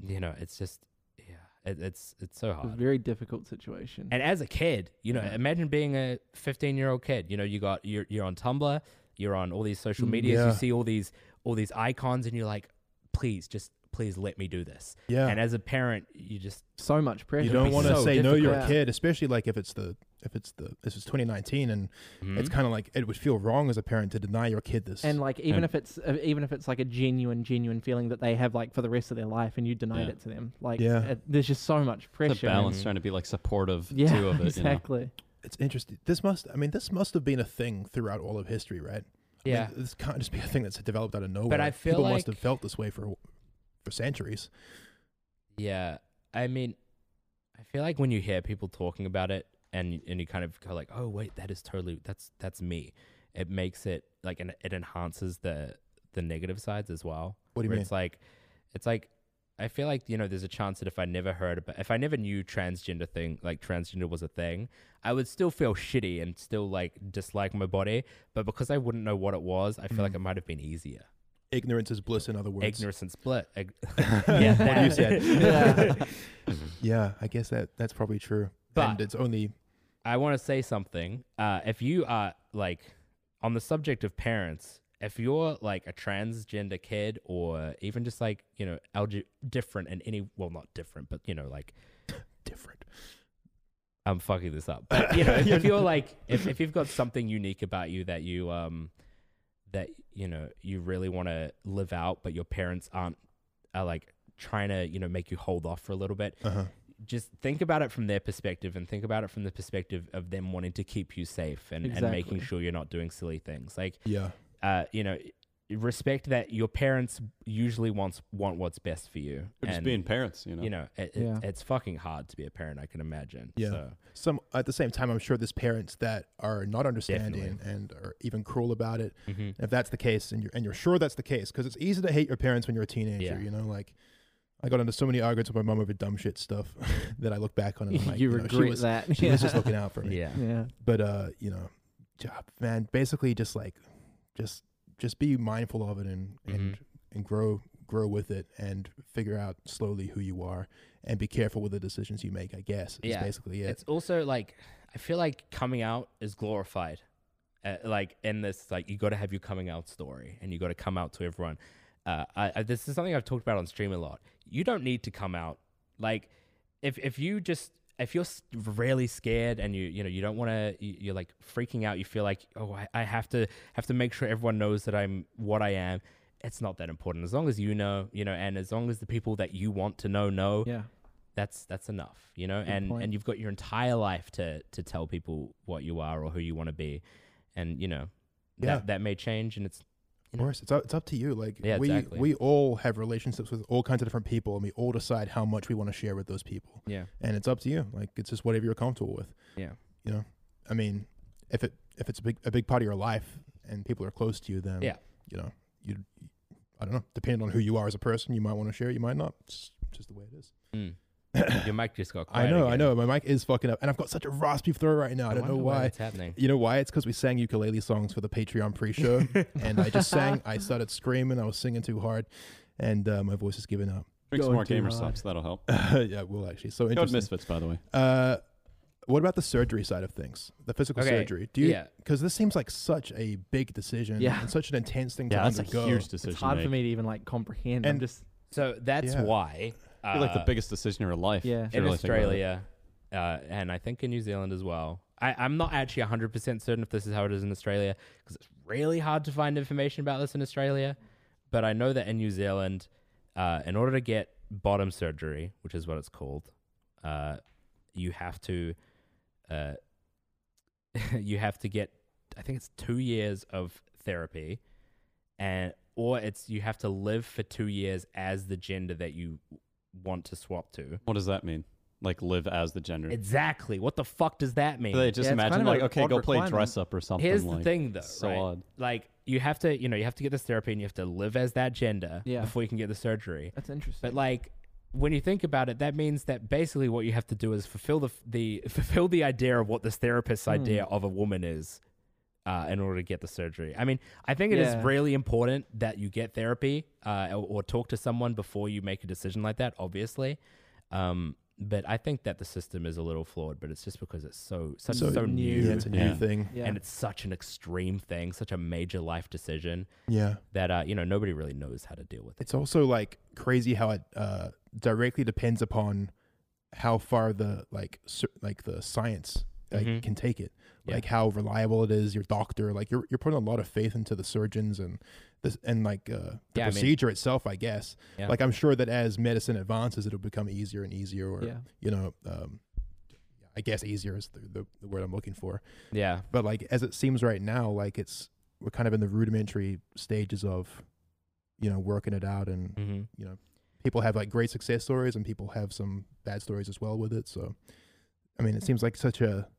you know, it's just, yeah, it, it's, it's so It's a hard. very difficult situation. And as a kid, you know, Yeah. imagine being a 15 year old kid, you know, you got, you're, you're on Tumblr, you're on all these social Mm. medias, Yeah. you see all these, all these icons and you're like, please just, please let me do this. yeah. And as a parent, you just, so much pressure. you don't be want to so say no. You're a difficult. kid, especially like if it's the if it's the this is 2019 and it's hmm? Mm-hmm. kind of like it would feel wrong as a parent to deny your kid this. and like even And- if it's uh, even if it's like a genuine genuine feeling that they have like for the rest of their life and you denied Yeah. it to them like Yeah. it, there's just so much pressure It's a balance Mhm. trying to be like supportive [laughs] yeah too of it. exactly Oh it's interesting. This must, I mean, this must have been a thing throughout all of history, right? I mean, Yeah. this can't just be a thing that's developed out of nowhere. I feel people must have like- felt this way for for centuries. Yeah, I mean, I feel like when you hear people talking about it, and and you kind of go like, "Oh wait, that is totally that's that's me," it makes it like and it enhances the the negative sides as well. What do you where mean? It's like, it's like. I feel like you know, there's a chance that if I never heard about, if I never knew transgender thing, like transgender was a thing, I would still feel shitty and still like dislike my body. But because I wouldn't know what it was, I feel like it might have been easier. Ignorance is bliss, in other Mm. words. Ignorance and split. Ig- [laughs] yeah, [laughs] What you that. said. Yeah. [laughs] Yeah, I guess that that's probably true. But- and it's only I want to say something. Uh, if you are like on the subject of parents, if you're like a transgender kid or even just like, you know, LG- different in any, well, not different, but you know, like different. I'm fucking this up. But you know, if, if you're like, if, if you've got something unique about you that you, um, that, you know, you really want to live out, but your parents aren't, are like trying to, you know, make you hold off for a little bit Uh-huh. just think about it from their perspective and think about it from the perspective of them wanting to keep you safe and, and making Exactly. sure you're not doing silly things like Yeah. uh, you know respect that your parents usually wants want what's best for you They're just And, being parents, you know. you know it, it- Yeah. it's fucking hard to be a parent i can imagine Yeah. so, Some at the same time, I'm sure there's parents that are not understanding and are even cruel about it. mhm. If that's the case, and you're and you're sure that's the case, because it's easy to hate your parents when you're a teenager. Yeah. You know, like I got into so many arguments with my mom over dumb shit stuff [laughs] that I look back on [laughs] and I'm like, you know, regret she was, that. She was [laughs] just looking out for me. yeah Yeah. But uh, you know, yeah, man, basically just like, just just be mindful of it and Mm-hmm. and and grow grow with it and figure out slowly who you are and be careful with the decisions you make. I guess. is Yeah. basically it. it's also like i feel like coming out is glorified uh, like in this like you got to have your coming out story and you got to come out to everyone uh, I, I, this is something i've talked about on stream a lot you don't need to come out like if if you just if you're s- really scared and you you know you don't want to you, you're like freaking out you feel like oh I, I have to have to make sure everyone knows that i'm what i am it's not that important as long as you know you know and as long as the people that you want to know know Yeah. that's that's enough you know and point. and you've got your entire life to to tell people what you are or who you want to be and you know Yeah. that that may change and it's Of course, it's up, it's up to you. Like Yeah, we exactly. we all have relationships with all kinds of different people, and we all decide how much we want to share with those people. yeah And it's up to you. Like it's just whatever you're comfortable with. yeah You know, I mean, if it if it's a big a big part of your life and people are close to you, then Yeah. you know, you I don't know. Depending on who you are as a person, you might want to share. it, You might not. It's just the way it is. [coughs] Mm. your mic just got quiet I know. I again. know. My mic is fucking up, and I've got such a raspy throat right now. I, don't know wonder why. it's happening You know why? It's because we sang ukulele songs for the Patreon [laughs] pre-show, and I just sang. I started screaming. I was singing too hard, and uh, my voice is giving up. Drink some Going more too gamer hard. subs. That'll help. [laughs] yeah, well, actually, so Code interesting. Misfits, by the way. Uh, what about the surgery side of things? The physical Okay, surgery? Do you? yeah. Because this seems like such a big decision. Yeah. And such an intense thing Yeah, to that's a undergo. huge decision. It's hard to for make. me to even like comprehend. And- I'm just so that's Yeah. why uh, You're like the biggest decision of your life. Yeah. if you in really think about it. australia uh, and i think in new zealand as well I, i'm not actually 100% certain if this is how it is in australia because it's really hard to find information about this in australia but i know that in new zealand uh, in order to get bottom surgery which is what it's called uh, you have to uh, [laughs] you have to get i think it's two years of therapy and or it's you have to live for two years as the gender that you want to swap to What does that mean? Like live as the gender. Exactly. What the fuck does that mean? Do Mm-hmm. they just Yeah, it's imagine kind of like, an okay, odd go play requirement. dress up or something. Here's like, the thing, though. so right? odd. Like you have to, you know, you have to get this therapy and you have to live as that gender Yeah. before you can get the surgery. that's interesting. But like when you think about it, that means that basically what you have to do is fulfill the the [laughs] fulfill the idea of what this therapist's idea of a woman is. Uh, in order to get the surgery, I mean, I think it is Yeah. really important that you get therapy uh, or, or talk to someone before you make a decision like that. Obviously, um, but I think that the system is a little flawed. But it's just because it's so such, so, So new, Yeah, it's a new Yeah. thing. yeah. and it's such an extreme thing, such a major life decision Yeah. that uh, you know nobody really knows how to deal with it. It's also like crazy how it uh, directly depends upon how far the like cer- like the science like, Mhm. can take it, Yeah. like how reliable it is. Your doctor, like you're you're putting a lot of faith into the surgeons and this and like uh, the Yeah, I mean- procedure itself. I guess Yeah. like I'm sure that as medicine advances, it'll become easier and easier, or Yeah. you know. Um, I guess easier is the, the, the word I'm looking for Yeah, but like as it seems right now like it's we're kind of in the rudimentary stages of, you know, working it out, and Mm-hmm. people have like great success stories, and people have some bad stories as well with it. So, I mean, it seems like such a,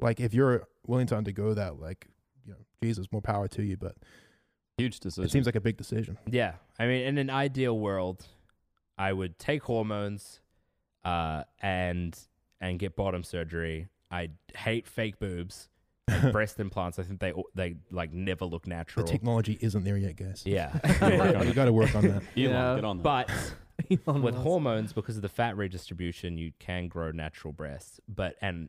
like if you're willing to undergo that, like, you know, Jesus, more power to you. But Huge decision. it seems like a big decision. [laughs] Yeah. I mean, in an ideal world, I would take hormones uh, and and get bottom surgery. I hate fake [laughs] boobs, and breast implants. I think they they like never look The natural. technology isn't there yet, guys. [laughs] yeah. you got to work on that. Elon, Yeah, get on that. [laughs] but [laughs] Elon with Musk. hormones because of the fat redistribution you can grow natural breasts but and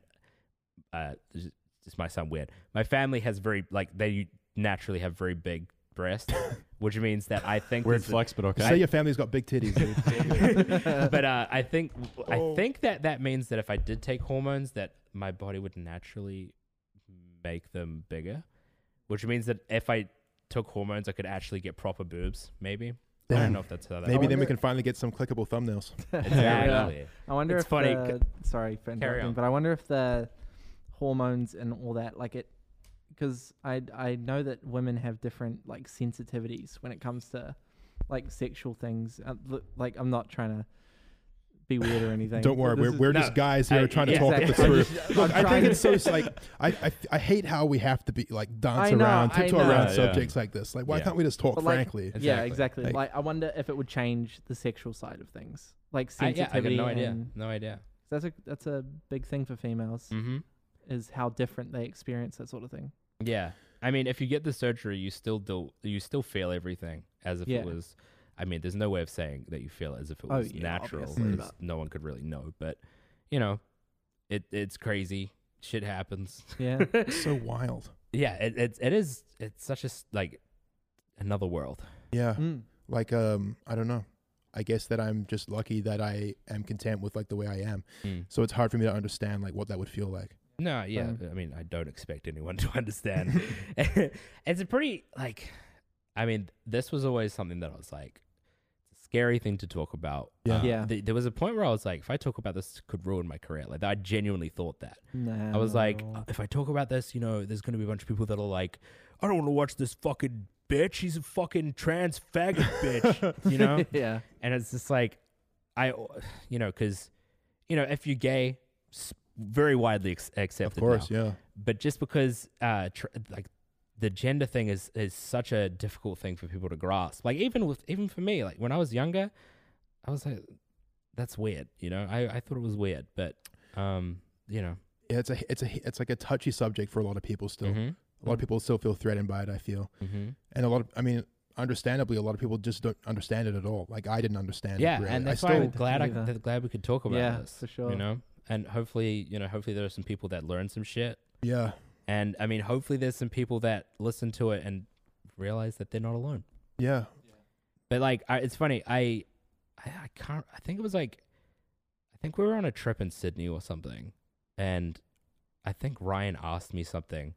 uh this this might sound weird my family has very like they naturally have very big [laughs] breasts which means that i think Weird this is- flex, but okay. Say your family's got big titties. [laughs] [laughs] dude. but uh, i think Oh. i think that that means that if i did take hormones that my body would naturally make them bigger which means that if i took hormones i could actually get proper boobs maybe i Damn. don't know if that's how that Maybe works. then we can finally get some clickable thumbnails. exactly I wonder It's if funny, The, sorry for on. interrupting, but I wonder if the hormones and all that, like it, because I I know that women have different like sensitivities when it comes to like sexual things. Uh, l- Like I'm not trying to be weird or anything. Don't worry, but we're, this we're no, just guys here I- trying to yeah, talk exactly. it through. I'm just- Look, I I'm think trying- it's so it's like I, I I hate how we have to be like dance I know, around, I tiptoe around know. Yeah, yeah. subjects like this. Like, why Yeah. can't we just talk But, like, frankly? Yeah, Exactly. exactly. Like- Like, I wonder if it would change the sexual side of things, like I, yeah, I got sensitivity. no idea. and- No idea. That's a that's a big thing for females Mm-hmm. is how different they experience that sort of thing. Yeah. I mean, if you get the surgery, you still do. You still feel everything as if Yeah. it was. I mean, there's no way of saying that you feel it as if it Oh, was yeah, natural. obviously, Mm. 'cause No one could really know, but you know, it it's crazy. Shit happens. [laughs] Yeah. It's so wild. yeah. It it, it is. It's such a s- like another world. Yeah, Mm. like um, I don't know. I guess that I'm just lucky that I am content with like the way I am. So it's hard for me to understand like what that would feel like. No, yeah. Um, I mean, I don't expect anyone [laughs] to understand. it's a pretty like I mean, this was always something that I was like it's a scary thing to talk about. Yeah. Yeah. th- there was a point where I was like if I talk about this it could ruin my career. Like I genuinely thought that. Nah, I was like "Uh, no. uh, if I talk about this, you know, there's going to be a bunch of people that are like I don't want to watch this fucking bitch. She's a fucking trans [laughs] faggot bitch, you know? [laughs] yeah. [laughs] and it's just like i you know because you know if you're gay s- very widely ex- Of accepted course, now. yeah. but just because uh tr- like the gender thing is is such a difficult thing for people to grasp like even with even for me like when i was younger i was like that's weird you know i i thought it was weird but um you know yeah. It's a it's a it's like a touchy subject for a lot of people still. mhm, A lot of people still feel threatened by it. I feel, mhm. and a lot of I mean, understandably, a lot of people just don't understand it at all. Like I didn't understand. yeah it really. and I that's still why i'm glad i Neither. th- glad we could talk about Yeah, this for sure. you know and hopefully you know hopefully there are some people that learn some shit yeah. And I mean, hopefully, there's some people that listen to it and realize that they're not alone. Yeah. But like, I, it's funny. I, I I can't. I think it was like, I think we were on a trip in Sydney or something, and I think Ryan asked me something,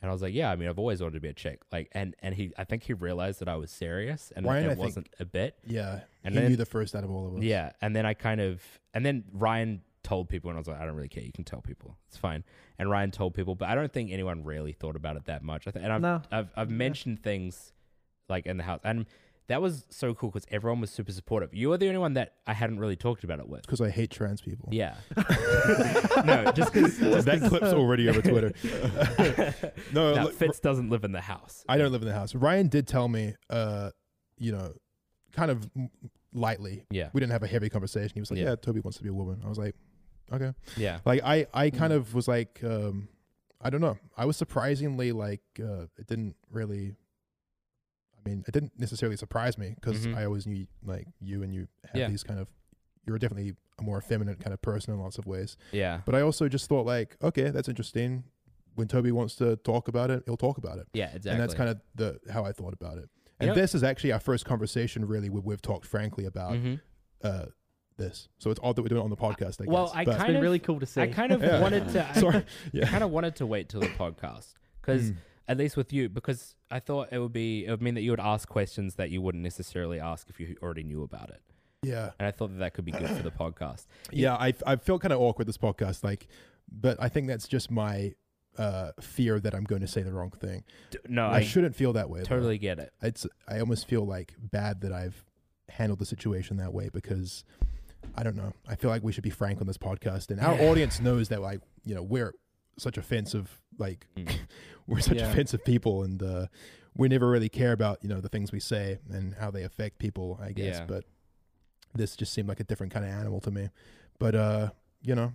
and I was like, "Yeah, I mean, I've always wanted to be a chick." Like, and and he, I think he realized that I was serious and Ryan, it I think- wasn't a bit. Yeah. And he then- knew the first out of all of us. Yeah, and then I kind of, and then Ryan told people, and I was like, I don't really care. You can tell people, it's fine. And Ryan told people, but I don't think anyone really thought about it that much. I th- and I've, [laughs] No. I've, I've Yeah. mentioned things like in the house, and that was so cool because everyone was super supportive. You were the only one that I hadn't really talked about it with. Because I hate trans people. [laughs] Yeah, no, [laughs] just because that [laughs] uh, clip's already over Twitter. no, look, Fitz doesn't live in the house. I don't live in the house. Ryan did tell me, uh, you know, kind of m- lightly. Yeah, We didn't have a heavy conversation. He was like, Yeah. "Yeah, Toby wants to be a woman." I was like, "Okay." yeah, Like I, Mm. I kind of was like, um, I don't know. I was surprisingly like, uh, it didn't really. I mean, it didn't necessarily surprise me because Mhm. I always knew like you and you have Yeah. these kind of. You're definitely a more effeminate kind of person in lots of ways. yeah, But I also just thought like, okay, that's interesting. When Toby wants to talk about it, he'll talk about it. yeah. Exactly. And that's kind of the how I thought about it. And know- this is actually our first conversation really where we've talked frankly about Mhm. uh, this. So it's odd that we're doing it on the podcast, I guess. Well, I But- It's Kind been of- really cool to see. I kind of [laughs] Yeah. wanted to. I- Sorry. I Yeah. kind of wanted to wait till the podcast because Mm. at least with you, because I thought it would be it would mean that you would ask questions that you wouldn't necessarily ask if you already knew about it, Yeah. and I thought that that could be good for the podcast. Yeah, I I felt kind of awkward this podcast, like, but I think that's just my uh, fear that I'm going to say the wrong thing. D- No, I, Oh, I, shouldn't feel that way. though. totally get it. It's I almost feel like bad that I've handled the situation that way because I don't know. I feel like we should be frank on this podcast, and our Yeah. audience knows that like you know we're such offensive like Mm. [laughs] we're such Yeah. offensive people, and uh, we never really care about you know the things we say and how they affect people. I guess, Yeah. but this just seemed like a different kind of animal to me. But uh, you know,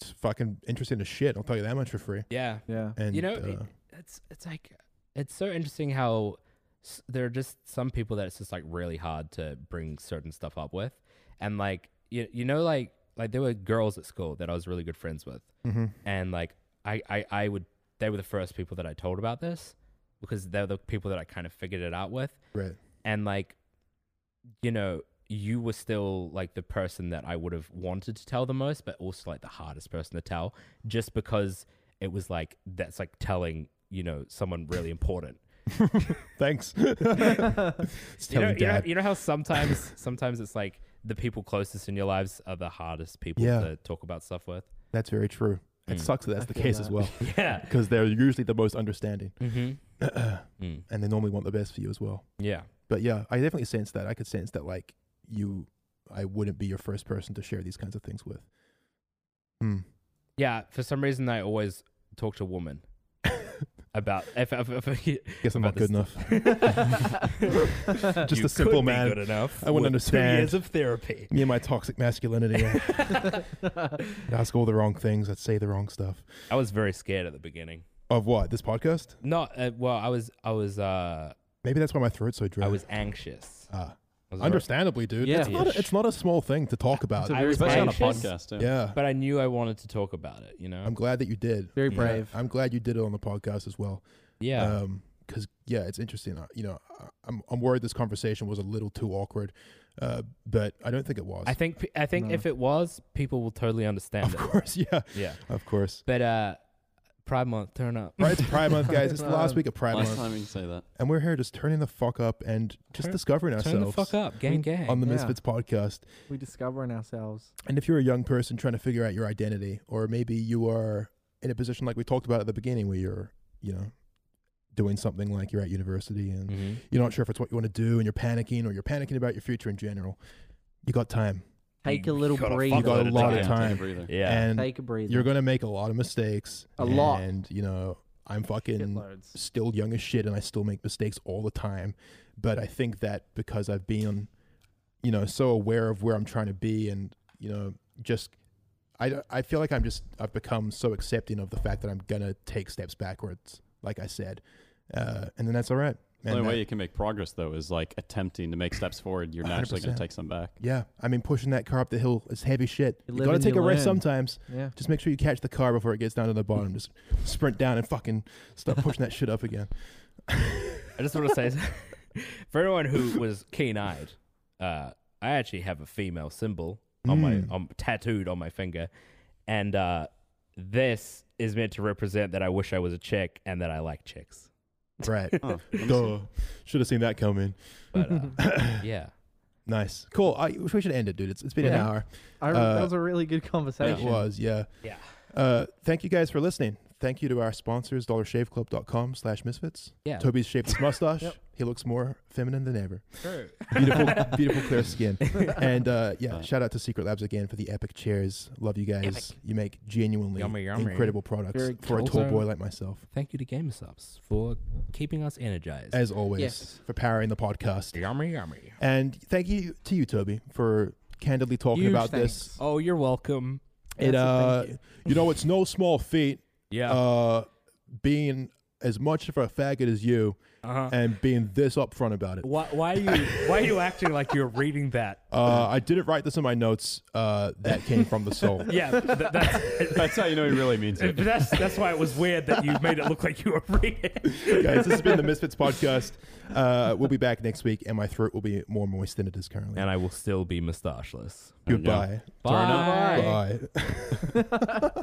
it's fucking interesting as shit. I'll tell you that much for free. Yeah, [laughs] [laughs] Yeah. And You know, uh, it- it's it's like it's so interesting how s- there are just some people that it's just like really hard to bring certain stuff up with, and like you you know like like there were girls at school that I was really good friends with, mhm. and like I I, I would they were the first people that I told about this because they're the people that I kind of figured it out with, [laughs] right, and like you know you were still like the person that I would have wanted to tell the most but also like the hardest person to tell just because it was like that's like telling you know someone really [laughs] important [laughs] thanks. it's you telling know, you know dad. you know how sometimes sometimes it's like the people closest in your lives are the hardest people Yeah. to talk about stuff with That's very true. It Mm. sucks that that's I the feel case that. as well yeah because they're usually the most understanding mm-hmm. and mm. they normally want the best for you as well. yeah But yeah, I definitely sense that. I could sense that like you, I wouldn't be your first person to share these kinds of things with. Hmm. yeah for some reason I always talk to women about [laughs] if, [laughs] if, if Guess I'm About not good this- enough. Just Just You a simple could be man. good enough I wouldn't with understand. two years of therapy Me and my toxic [laughs] masculinity. I ask all the wrong things. I'd say the wrong stuff. I was very scared at the beginning. Of what? This podcast? No, uh, well, I was, I was, uh, Maybe that's why my throat's so dry. I was anxious. Ah, I was very- understandably, dude. Yeah. It's, not a, it's not a small thing to talk about. a I very was Especially on a brave, anxious, podcast, too. yeah. but I knew I wanted to talk about it. You know, I'm glad that you did. very Yeah. brave. I'm glad you did it on the podcast as well. yeah, Um 'cause because yeah, it's interesting. Uh, You know, I- I'm I'm worried this conversation was a little too awkward, uh, but I don't think it was. I think, pe- I think No. if it was, people will totally understand of it. course, [laughs] yeah, Yeah, of course. but uh, Pride Month, turn up. Right, it's Pride Month, guys. It's [laughs] the last Um, week of Pride Last Month, time you can say that. and we're here just turning the fuck up and just Turn- discovering turn the ourselves fuck up, gang, gang. on the Yeah. Misfits podcast. we discovering ourselves. And if you're a young person trying to figure out your identity, or maybe you are in a position like we talked about at the beginning, where you're, you know, doing something like you're at university and Mhm. you're not sure if it's what you want to do, and you're panicking, or you're panicking about your future in general. You got time. Take You a little gotta breather. fuck You got a Fuckload of lot time. of time, breather. Yeah, and Take a breather. you're gonna make a lot of mistakes. A lot. and you know I'm fucking Shitloads. still young as shit, and I still make mistakes all the time. But I think that because I've been, you know, so aware of where I'm trying to be, and you know, just I don't- I feel like I'm just I've become so accepting of the fact that I'm gonna take steps backwards, like I said, uh, and then that's all right. The And only that- way you can make progress, though, is like attempting to make steps forward. You're naturally going 100%. to take some back. yeah, I mean, pushing that car up the hill is heavy shit. You You, live gotta and take you a rest learn. sometimes. Yeah. Just make sure you catch the car before it gets down to the bottom. Just sprint down and fucking start pushing that shit up again. I just want to say, [laughs] for anyone who was keen-eyed, uh, I actually have a female symbol [laughs] on Mm. my, um, tattooed on my finger, and uh, this is meant to represent that I wish I was a chick and that I like chicks. [laughs] Right. Oh, Duh. Should have seen that coming. But [laughs] uh, [coughs] yeah, Nice. Cool. I, we should end it, dude. It's, it's been an Yeah. hour. I, Uh, that was a really good It conversation. was, yeah. yeah. Uh, thank you guys for listening. Thank you to our sponsors, dollarshaveclub.com slash misfits. Yeah. Toby's shaved [laughs] his mustache. Yep. He looks more feminine than ever. Beautiful, beautiful clear skin. And uh, yeah, Right. shout out to Secret Labs again for the epic chairs. Love you guys. Epic. You make genuinely Yummy, yummy. incredible products Very for a cool. tall boy like myself. Thank you to GameSubs for keeping us energized. as always, Yes. for powering the podcast. yummy, yummy. And thank you to you, Toby, for candidly talking Huge about thanks. this. Oh, you're welcome. It, uh, That's a you. thank know, it's no small feat Yeah. uh, being as much of a faggot as you Uh-huh. and being this upfront about [laughs] it. Why, why are you Why are you acting like you're reading that? Uh, I didn't write this in my notes. Uh, that came from the soul. Yeah, th- that's That's how you know he really means But it. that's that's why it was weird that you made it look like you were reading. Guys, this has been the Misfits podcast. Uh, we'll be back next week, and my throat will be more moist than it is currently. And I will still be moustacheless. Goodbye. [laughs] Turn up. Bye. [laughs] Bye.